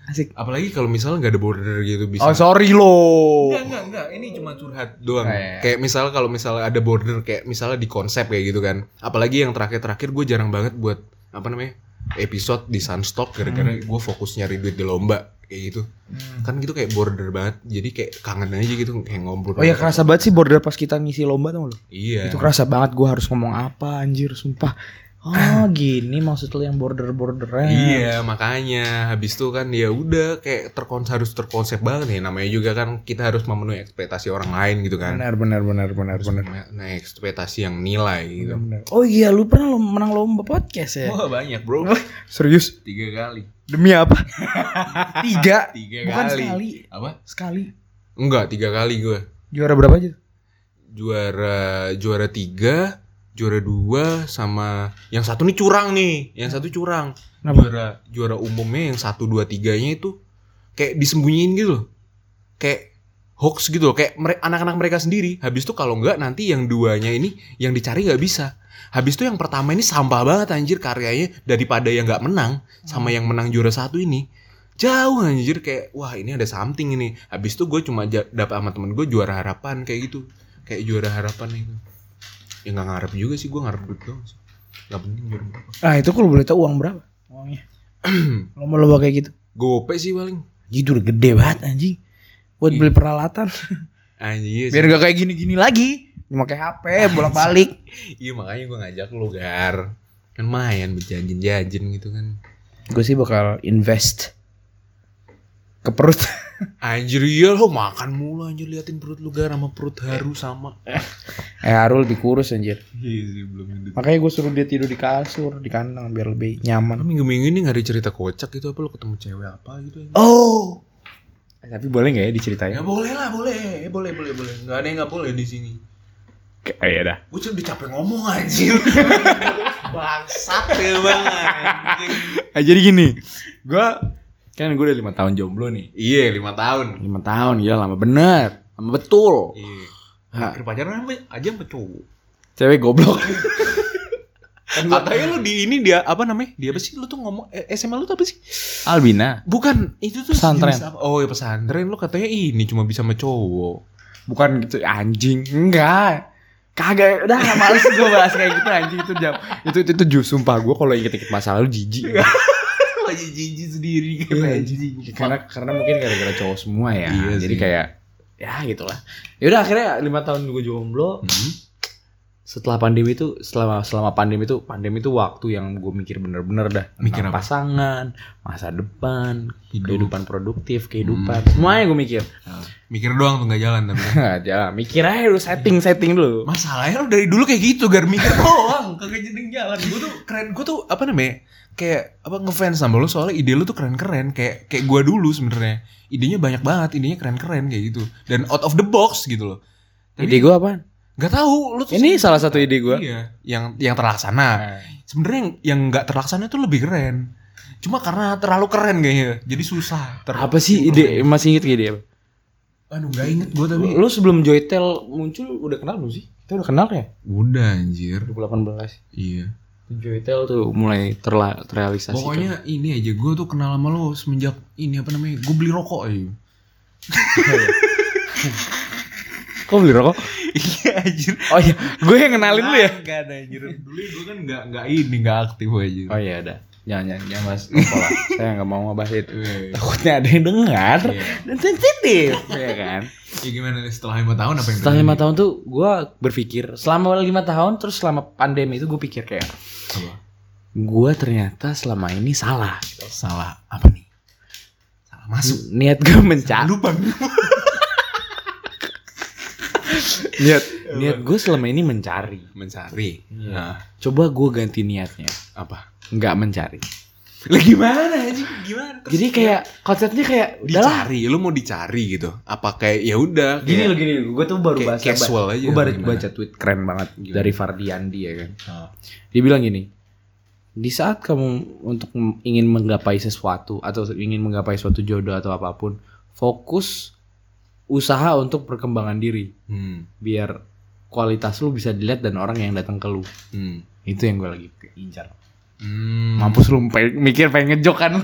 Asik.
apalagi kalau misalnya nggak ada border gitu bisa
Oh sorry lo.
Enggak, enggak, enggak. Ini cuma curhat doang.
Ah, Oh. iya.
Kayak misalnya kalau misalnya ada border kayak misalnya di konsep kayak gitu kan. Apalagi yang terakhir-terakhir gue jarang banget buat apa namanya? episode di Sunstock
Hmm.
gara-gara gue fokus nyari duit di lomba kayak gitu. Kan gitu kayak border banget. Jadi kayak kangen aja gitu kayak ngobrol.
Oh ya kerasa banget sih border pas kita ngisi lomba tau lo.
Iya.
Itu kerasa banget gue harus ngomong apa anjir sumpah.
*laughs*
Oh gini maksud lo yang border-borderan.
Iya,
kan.
makanya habis itu kan ya udah kayak terkons harus terkonsep banget nih namanya juga kan kita harus memenuhi ekspektasi orang lain gitu kan.
Benar benar benar benar
Harus
benar.
memenuhi ekspektasi yang nilai gitu.
benar. Oh iya lu pernah lo menang lomba podcast ya?
Wah, banyak, Bro.
Serius?
Tiga kali.
Demi
*laughs*
apa? Tiga.
Tiga
Bukan
kali.
sekali.
Apa?
Sekali.
Enggak, tiga kali gue.
Juara berapa aja?
Juara juara tiga, juara dua, sama yang satu nih curang nih. Yang satu curang.
Kenapa?
Juara juara umumnya yang satu dua tiganya itu kayak disembunyiin gitu loh. Kayak hoax gitu loh. Kayak mere- anak-anak mereka sendiri. Habis itu kalau enggak nanti yang duanya ini yang dicari nggak bisa. Habis itu yang pertama ini sampah banget anjir karyanya daripada yang nggak menang sama yang menang juara satu ini jauh anjir kayak wah ini ada something ini habis itu gue cuma ja- dapet sama temen gue juara harapan kayak gitu kayak juara harapan itu ya nggak ngarep juga sih gue ngarep duit doang sih nggak penting juara berapa
Ah itu kalau boleh tahu uang berapa? Uangnya. *clears throat* Lomba-lomba kayak gitu.
gope sih paling
Gitu udah gede banget anjing. Buat
Iya.
beli peralatan.
anjir
Biar gak kayak gini-gini lagi. Cuma kayak HP bolak-balik.
iya makanya gue ngajak lu gar kan main berjanjin-janjin gitu kan
Gue sih bakal invest ke perut.
anjir iya lo makan mulu anjir liatin perut lu gar sama perut haru sama
*laughs* eh Harul lebih kurus anjir.
iya sih belum ini
Makanya gue suruh dia tidur di kasur, di kandang biar lebih nyaman.
minggu-minggu ini nggak ada cerita kocak gitu apa lu ketemu cewek apa gitu anjir?
Oh. Tapi boleh nggak ya diceritain?
Ya boleh lah, boleh, Eh, boleh, boleh, boleh. Gak ada yang gak boleh di sini.
Kayak ya *laughs* dah.
Gue udah capek ngomong anjir. *laughs* Bangsat ya bang. anjing.
Ah, jadi gini, gue kan gue udah lima tahun jomblo nih.
Iya, lima tahun.
Lima tahun gila lama bener, lama betul.
Iya.
Hah.
Pacaran apa aja sama cowok.
Cewek goblok.
Katanya lu di ini dia apa namanya? Dia apa sih? Lu tuh ngomong eh, SMA lu tuh apa sih?
*laughs* Albina,
Bukan, itu tuh
Pesantren.
sejenis apa? Oh, ya pesantren lu katanya ini cuma bisa sama cowok.
bukan gitu anjing, enggak. Kagak, udah males gue bahas kayak gitu anjing itu jam. Itu itu, itu jus sumpah gue kalau inget-inget masa lalu jijik.
Lagi jijik sendiri
Iya, karena karena mungkin gara-gara cowok semua ya
Iya
jadi
sih.
kayak ya gitulah ya udah akhirnya lima tahun gue jomblo
Mm-hmm.
setelah pandemi itu selama selama pandemi itu pandemi itu waktu yang gue mikir bener-bener dah
Mikir
Tentang
apa?
pasangan masa depan
Hidup. Mm.
kehidupan produktif kehidupan semuanya gue
*laughs*
mikir
Mikir doang tuh gak jalan tapi.
aja mikir aja dulu setting setting dulu
Masalahnya lu dari dulu kayak gitu Gar *laughs* mikir doang Kagak jeding jalan Gue tuh keren Gue tuh apa namanya Kayak apa ngefans sama lu Soalnya ide lu tuh keren-keren Kayak kayak gue dulu sebenarnya Idenya banyak banget Idenya keren-keren kayak gitu Dan out of the box gitu loh Tapi-
ide gue apa
Gak tahu lu tuh
ini salah Iya. satu ide Nah, gue
Iya Yang, yang terlaksana Sebenarnya yang, yang gak terlaksana tuh lebih keren Cuma karena terlalu keren kayaknya Jadi susah ter-
apa sih ide masih inget gak ide apa?
Aduh gak inget gue tapi
lu sebelum Joytel muncul udah kenal belum sih kita udah kenal ya
Udah anjir
2018
Iya
Joytel tuh mulai terla terrealisasi.
Pokoknya ini aja gue tuh kenal sama lo semenjak ini apa namanya gue beli rokok aja.
kok beli rokok?
iya anjir.
Oh iya, *laughs* gue yang kenalin lu ya.
Enggak Nah, ada anjir. Dulu gue kan enggak enggak ini enggak aktif aja.
Oh iya ada. Jangan jangan, jangan *laughs* bahas rokok lah. Saya nggak mau ngebahas itu. Takutnya ada yang dengar
Iya.
dan sensitif, ya kan?
Ya gimana nih, setelah lima tahun apa yang
Setelah lima tahun tuh gue berpikir selama lima tahun terus selama pandemi itu gue pikir kayak
Apa?
gue ternyata selama ini salah.
Salah apa nih? Salah masuk.
Niat gue mencari
Lupa.
niat niat gue selama ini mencari.
Mencari. Nah,
Coba gue ganti niatnya,
apa?
nggak mencari.
Lah gimana anjir? Gimana? Terus
Jadi kayak konsepnya kayak udahlah
dicari, lu mau dicari gitu. Apa kayak ya udah
Gini loh gini loh, gue tuh baru
Kayak
baca
casual aja
Gue baru
gimana?
baca tweet keren banget
Gimana?
dari Fardiandi ya kan.
Ah.
Dia bilang gini, di saat kamu untuk mem- ingin menggapai sesuatu atau ingin menggapai suatu jodoh atau apapun, fokus usaha untuk perkembangan diri
Hmm.
biar kualitas lu bisa dilihat dan orang yang datang ke lu.
Hmm.
Itu yang gue lagi incar.
Hmm. *laughs*
Mampus lu pe- mikir pengen ngejok kan lu.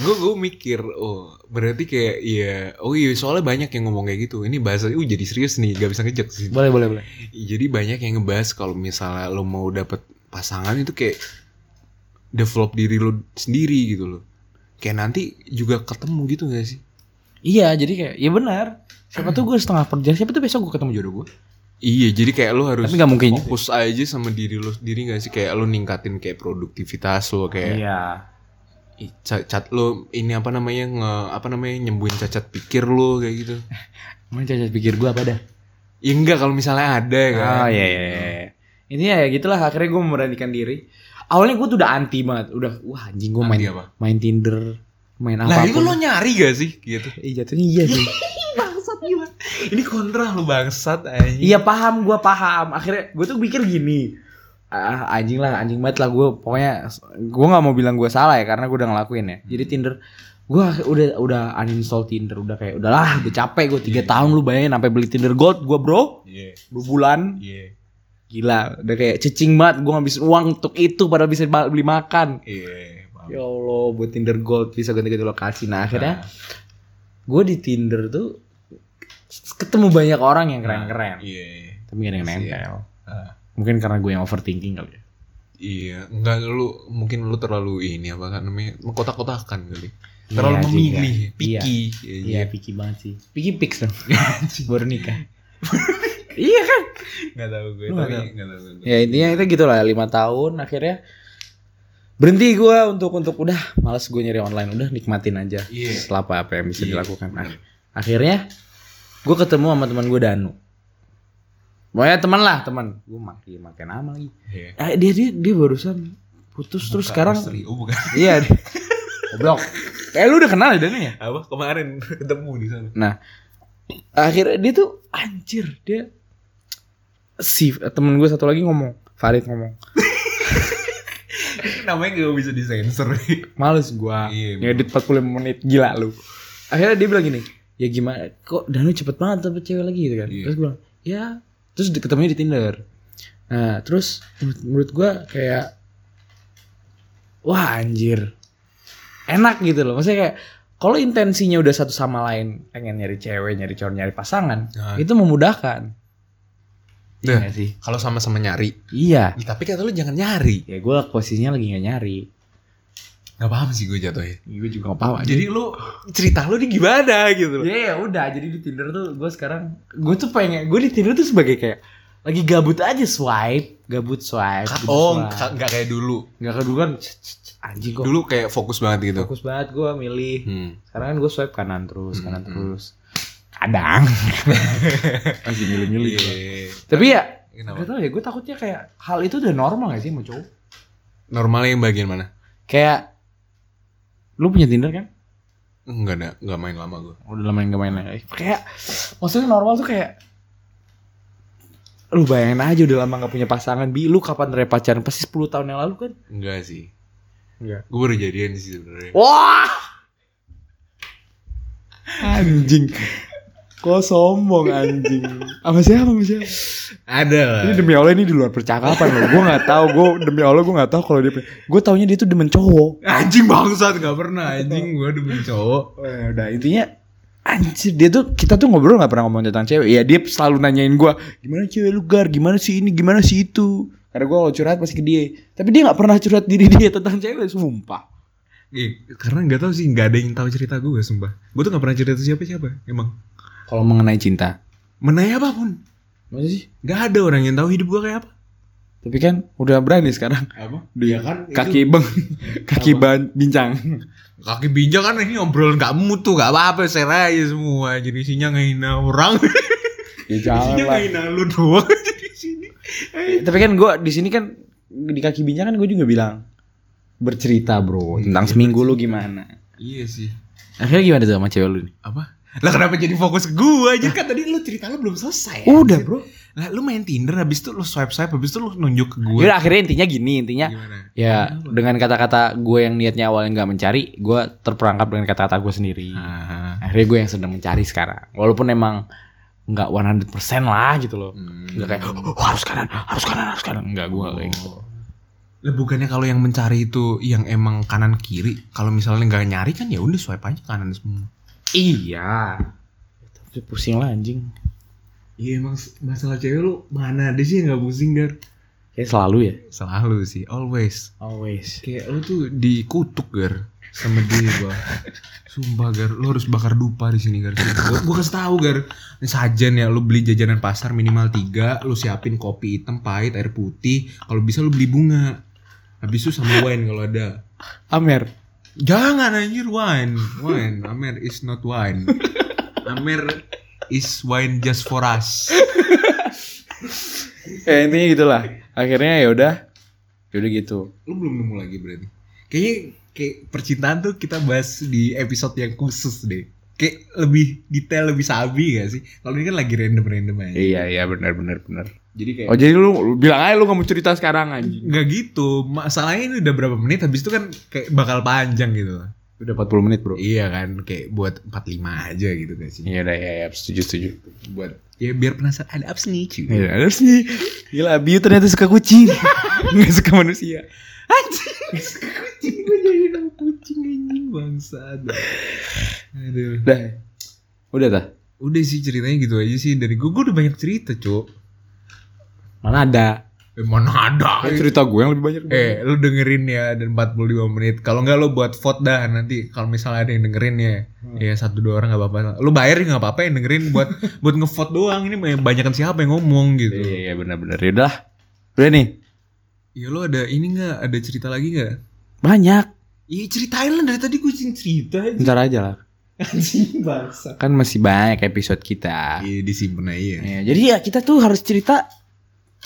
Gue gue mikir, oh berarti kayak iya, oh iya soalnya banyak yang ngomong kayak gitu. Ini bahasa, uh jadi serius nih, gak bisa ngejek sih.
*laughs* boleh, boleh, boleh.
Jadi banyak yang ngebahas kalau misalnya lo mau dapet pasangan itu kayak develop diri lo sendiri gitu loh. Kayak nanti juga ketemu gitu gak sih?
Iya, jadi kayak ya benar. Siapa tuh gue setengah perjalanan, siapa tuh besok gue ketemu jodoh gue.
Iya, jadi kayak lo harus
Tapi nggak mungkin.
fokus aja sama diri lo sendiri gak sih? Kayak lo ningkatin kayak produktivitas lo kayak
Iya.
i- ca- cat lo ini apa namanya nge, apa namanya nyembuhin cacat pikir lo kayak gitu.
Mana cacat pikir gue apa dah?
Ya enggak kalau misalnya ada kan.
Oh iya iya. iya. Ini ya gitulah akhirnya gue memberanikan diri. Awalnya gue tuh udah anti banget, udah wah anjing gue main
Anti apa?
main Tinder, main apa?
Lah itu lo nyari gak sih gitu?
Iya jatuhnya iya
*laughs*
sih.
bangsat gila. Ini kontra lo bangsat anjing.
iya paham gue paham. Akhirnya gue tuh pikir gini. Ah, anjing lah anjing banget lah gue pokoknya gue nggak mau bilang gue salah ya karena gue udah ngelakuin ya jadi
Hmm.
Tinder gue udah udah uninstall Tinder udah kayak udahlah udah capek gue tiga tahun lu bayangin sampai beli Tinder Gold gue bro
Iya.
dua bulan
Iya.
Gila, udah kayak cacing banget. Gue ngabisin uang untuk itu padahal bisa ba- beli makan.
Iya. paham.
Ya Allah, buat Tinder Gold bisa ganti-ganti lokasi. Nah akhirnya gue di Tinder tuh ketemu banyak orang yang keren-keren. Nah,
Iya.
gitu. Tapi gak ada yang nempel.
Ah.
Mungkin karena gue yang overthinking kali ya.
Iya, enggak lu mungkin lu terlalu ini apa kan namanya mengkotak-kotakan kali. Terlalu
Iya juga.
memilih,
Iya.
picky.
Iya, picky banget sih. Picky picks *laughs* dong. Baru nikah. iya kan?
Enggak tahu gue,
Lu
tapi
nggak
enggak tahu. Iya. gue.
Ya intinya itu gitu lah, lima tahun akhirnya berhenti gue untuk untuk udah males gue nyari online udah nikmatin aja
Iya.
setelah apa, apa yang bisa
Iya,
dilakukan
benar.
Ak- akhirnya gue ketemu sama teman gue Danu Pokoknya teman lah teman gue makin makin lama lagi
Iya.
eh, dia dia dia barusan putus terus
Bukan
sekarang
misteri. oh bukan.
iya dia- goblok eh lu udah kenal ya Danu ya Nah,
Apa kemarin ketemu di sana.
akhirnya dia tuh anjir dia si temen gue satu lagi ngomong Farid ngomong
Namanya gak bisa disensor.
males gua
Iya,
ngedit 45 menit gila lu akhirnya dia bilang gini ya gimana kok Danu cepet banget dapet cewek lagi gitu kan
Iya.
terus gue bilang ya terus di- ketemunya di Tinder nah terus menurut, menurut gua kayak wah anjir enak gitu loh maksudnya kayak kalau intensinya udah satu sama lain pengen nyari cewek nyari cowok nyari pasangan
Nah.
itu memudahkan Iya
Nah.
nggak sih
Kalau sama-sama nyari,
iya
Ya, tapi kata lu jangan nyari.
ya gue posisinya lagi nggak nyari
Gak paham sih gue jatuhnya.
gue juga gak paham aja.
Nah, Jadi lu cerita lu di gimana gitu loh.
Iya ya udah jadi di Tinder tuh gue sekarang gue tuh pengen gue di Tinder tuh sebagai kayak lagi gabut aja swipe gabut swipe
Ka-
gitu,
Oh,
swipe.
ka- nggak kayak dulu.
nggak keduluan c- c- c- anjing gue
Dulu kayak fokus banget gitu.
fokus banget gue milih
Hmm.
sekarang kan gue swipe kanan terus kanan
Hmm.
terus
*laughs*
kadang masih milih-milih
Iya.
gua. tapi ya
Kenapa?
gak tau ya gue takutnya kayak hal itu udah normal gak sih mau cowok
Normalnya yang bagian mana?
kayak lu punya Tinder kan
Enggak ada, enggak main lama gue.
udah lama yang gak main ya? lagi. Nah, kayak maksudnya normal tuh kayak lu bayangin aja udah lama gak punya pasangan bi lu kapan terakhir pacaran pasti 10 tahun yang lalu kan
Enggak sih.
Enggak.
Gue baru jadian sih sebenarnya.
*laughs* wah anjing kok sombong anjing apa siapa sama siapa
Ada lah.
ini demi allah ini di luar percakapan loh gue nggak tahu gue demi allah gue nggak tahu kalau dia gue taunya dia tuh demen cowok
Anjing bangsat enggak pernah anjing gue demen cowok.
Eh, udah intinya anjir dia tuh kita tuh ngobrol nggak pernah ngomong tentang cewek ya dia selalu nanyain gua gimana cewek lu gar gimana sih ini gimana sih itu karena gua kalau curhat pasti ke dia tapi dia nggak pernah curhat diri dia tentang cewek sumpah
Ih, Iya, karena enggak tahu sih, enggak ada yang tahu cerita gue sumpah. Gue tuh enggak pernah cerita siapa-siapa, emang.
kalau mengenai cinta
Menanya apapun,
Maksudnya sih
enggak ada orang yang tahu hidup gue kayak apa.
tapi kan udah berani sekarang
Apa?
di
Iya kan, itu-
kaki bang kaki ban bincang
Kaki binjang kan ini obrolan gak mutu, gak apa-apa, share aja semua. Jadi isinya ngehina orang, *laughs*
ya
isinya
jangan lah
ngehina lu doang. *laughs* Jadi sini.
*laughs* tapi kan gua di sini kan di kaki bincang kan gue juga bilang bercerita bro tentang seminggu lu gimana
Iya
Iya,
sih.
akhirnya gimana tuh sama cewek lu nih
Apa? Lah kenapa jadi fokus ke gua aja kan tadi lu cerita lu belum selesai.
udah bro
Lah lu main Tinder habis itu lu swipe swipe habis itu lu nunjuk ke gua.
Yaudah akhirnya intinya gini intinya
Gimana?
Ya, dengan kata-kata gue yang niatnya awalnya nggak mencari, gue terperangkap dengan kata-kata gue sendiri.
Ah,
Akhirnya gue yang sedang mencari sekarang. Walaupun emang nggak 100% lah gitu loh.
Hmm.
Nggak kayak "Oh, harus kanan, harus kanan, harus kanan. Nggak gue nggak kayak gitu.
Oh. Lah, bukannya kalau yang mencari itu yang emang kanan kiri, kalau misalnya nggak nyari kan ya udah swipe aja kanan semua.
Iya. Tapi pusing lah anjing.
Iya emang masalah cewek lu mana ada sih yang nggak pusing gar?
Kayak selalu ya.
Selalu sih, always.
Always.
Kayak lu tuh dikutuk gar sama dia gua. Sumpah gar, lu harus bakar dupa di sini gar. Gua, gua kasih tahu gar, ini sajen ya lu beli jajanan pasar minimal tiga, lu siapin kopi hitam pahit, air putih, kalau bisa lu beli bunga. Habis itu sama wine kalau ada.
Amer.
Jangan anjir wine. Wine. Amer is not *laughs* wine. Amer is wine just for us.
Ya intinya gitulah. Akhirnya ya udah. Ya udah gitu.
Lu belum nemu lagi berarti. Kayaknya kayak percintaan tuh kita bahas di episode yang khusus deh. Kayak lebih detail, lebih sabi gak sih? Kalau ini kan lagi random-random aja.
Iya iya benar benar benar.
Jadi kayak
Oh jadi lu, lu bilang aja lu nggak mau cerita sekarang anjing.
nggak gitu. Masalahnya ini udah berapa menit habis itu kan kayak bakal panjang gitu.
Udah 40 menit bro.
Iya kan kayak buat 45 aja gitu gak sih?
Iya udah ya, ya setuju setuju.
Buat ya biar penasaran ada apa sih nih cuy?
Iya harus nih. Gila Biu ternyata suka
*laughs*
kucing. Nggak suka manusia.
kucing gue jadi nama kucing anjing bangsa aduh
Udah. Udah tah.
udah sih ceritanya gitu aja sih dari gue gue udah banyak cerita cok
Mana ada?
eh, mana ada
Kan cerita gue yang lebih banyak.
eh lu dengerin ya dan 45 menit kalau nggak lu buat vote dah nanti kalau misalnya ada yang dengerin ya
Hmm.
ya satu dua orang nggak apa-apa lu bayar nggak apa-apa yang dengerin
*laughs*
buat buat ngevote doang ini banyakan siapa yang
Iya
ngomong gitu
iya iya, benar benar. Ya udah. Udah nih.
ya lu ada ini nggak ada cerita lagi nggak
Banyak.
Iya ceritain lah dari tadi gue cerita aja.
Ntar aja lah.
anjing bangsa.
Kan masih banyak episode kita.
Iya disimpan aja.
Iya, jadi ya kita tuh harus cerita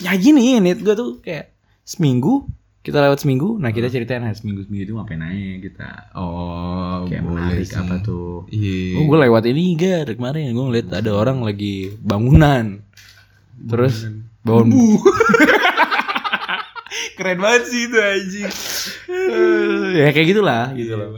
ya gini nih gue tuh kayak seminggu kita lewat seminggu, nah kita ceritain hari seminggu seminggu itu ngapain aja kita
Oh,
kayak
boleh
menarik
sih.
apa tuh.
Iya.
Oh, gue lewat ini gar kemarin gue ngeliat ada orang lagi bangunan, terus
Uh.
bangun
keren banget sih itu anjing.
ya kayak gitulah gitu loh.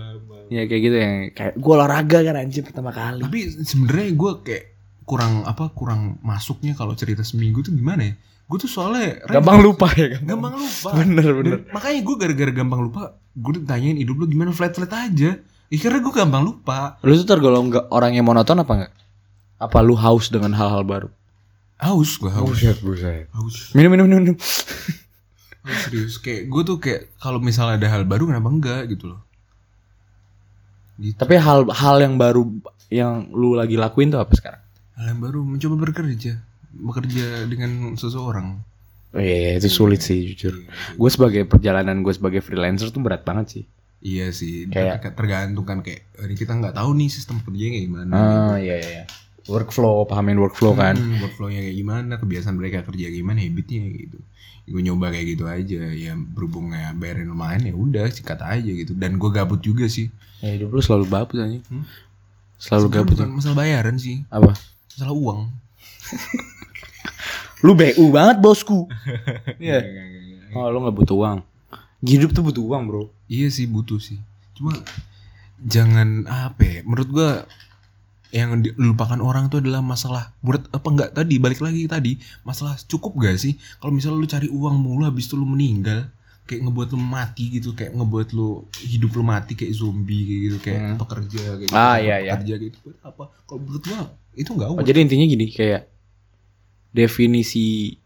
Ya kayak gitu yang kayak gue olahraga kan anjir pertama kali.
Tapi sebenarnya gue kayak kurang apa kurang masuknya kalau cerita seminggu tuh gimana ya? Gue tuh soalnya
Gampang lupa ya gampang.
gampang lupa.
Bener
Dan
bener.
makanya gue gara-gara gampang lupa, gue ditanyain hidup lu gimana flat flat aja. Ya, karena gue gampang lupa.
Lu tuh tergolong nggak- orang yang monoton apa enggak? Apa lu haus dengan hal-hal baru?
Haus gue haus.
buset.
Haus.
Minum minum minum. minum.
Haus serius. Kayak gue tuh kayak kalau misalnya ada hal baru kenapa enggak gitu loh. Gitu.
Tapi hal hal yang baru yang lu lagi lakuin tuh apa sekarang?
Hal yang baru mencoba bekerja, bekerja dengan seseorang.
Oh iya, iya, itu sulit sih jujur.
Iya.
Gue sebagai perjalanan gue sebagai freelancer tuh berat banget sih.
Iya sih,
Kayak-
ter- tergantung kan kayak ini kita nggak tahu nih sistem kerjanya kayak gimana.
Ah iya iya. Workflow, pahamin workflow
gitu.
kan.
Hmm, workflow-nya kayak gimana, kebiasaan mereka kerja kayak gimana, habitnya kayak gitu. Gue nyoba kayak gitu aja, ya berhubungnya bayarin lumayan ya udah sikat aja gitu. Dan gue gabut juga sih.
Ya hidup lu selalu babut anjing.
Hmm?
Selalu
Sebenarnya
gabut. ya?
Bukan masalah bayaran sih,
Apa?
masalah uang.
Lu BU banget *laughs* bosku. Iya.
Nggak, nggak, nggak, nggak.
Oh lu nggak butuh uang. Hidup tuh butuh uang bro.
Iya sih butuh sih. Cuma jangan apa ya, menurut gue yang dilupakan orang itu adalah masalah buat apa enggak tadi balik lagi tadi masalah cukup gak sih kalau misalnya lu cari uang mulu habis itu lu meninggal kayak ngebuat lu mati gitu kayak ngebuat lu hidup lu mati kayak zombie kayak gitu kayak
Hmm.
pekerja kayak
Ah,
gitu,
iya, iya.
pekerja gitu buat apa kalau menurut gua itu enggak
Oh,
worth
jadi intinya gini kayak definisi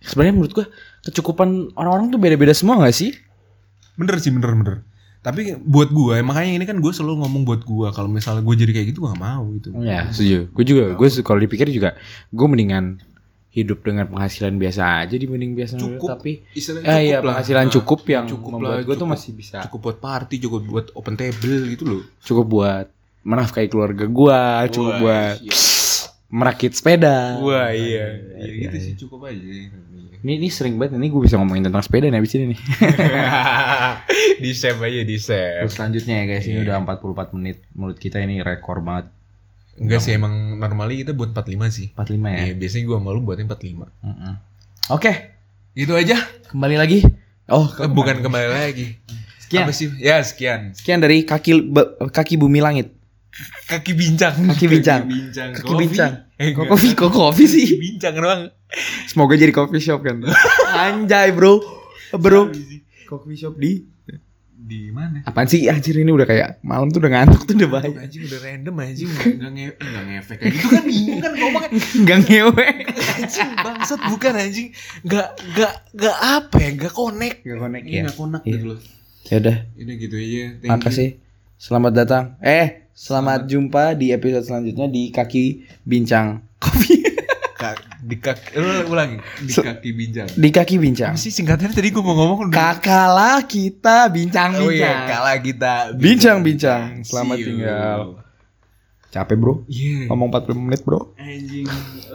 sebenarnya menurut gua kecukupan orang-orang tuh beda-beda semua nggak sih?
Bener sih bener bener. Tapi buat gua makanya ini kan gue selalu ngomong buat gua kalau misalnya gue jadi kayak gitu gua gak mau gitu.
Ya, setuju. Gue juga, gue kalau dipikir juga, gue mendingan hidup dengan penghasilan biasa aja dibanding biasa
Cukup.
Tapi,
Istilahnya
eh, iya
lah.
penghasilan
Nah,
cukup yang
cukup
membuat
lah,
gue tuh
cukup.
masih bisa
cukup buat party, cukup buat open table gitu loh.
cukup buat menafkahi keluarga gue, cukup
Wah,
buat
iya.
merakit sepeda.
Iya gitu sih cukup
*laughs*
aja.
Ini, ini sering banget, ini gue bisa ngomongin tentang sepeda nih abis ini nih.
di save aja di save.
Terus selanjutnya ya guys, ini
Iya.
udah 44 menit. Menurut kita ini rekor banget.
Enggak sih emang normally kita buat 45 sih.
45 ya.
Iya, biasanya gua malu buatnya 45.
Mm-mm. Oke,
Gitu aja.
kembali lagi. Oh,
Eh, Bukan kembali lagi.
Sekian.
Apa sih? Ya, sekian.
Sekian dari kaki be- kaki bumi langit.
kaki bincang.
Kaki bincang.
Kaki bincang.
Kaki
Kopi.
bincang.
Eh,
Kok
enggak.
kopi, kok kopi sih?
Kaki bincang doang.
Iya. *laughs* Semoga jadi coffee shop kan. *laughs* Anjay, Bro. Bro, coffee shop di
Di mana?
Apaan sih anjir ini udah kayak malam tuh udah ngantuk tuh udah bahaya.
Anjing udah random anjing enggak nge enggak ngefek kayak gitu kan bingung kan ngomong
Enggak ngewe.
anjing bangsat bukan anjing enggak enggak enggak apa ya enggak connect.
Enggak connect ya.
Iya enggak connect
Iya.
gitu loh.
Ya udah,
Ini gitu aja. Thank you.
makasih. Selamat datang. Eh, selamat, jumpa di episode selanjutnya di Kaki Bincang Kopi.
Ka- di kaki lu ulangi di
Se-
kaki bincang.
di Kaki Bincang.
Apa sih singkatannya tadi gua mau ngomong udah-
Kakala kita bincang-bincang.
Oh iya, kalah kita
Bincang-bincang. Selamat
See you.
tinggal. Capek, Bro.
Iya.
Ngomong 40 menit, Bro.
Anjing.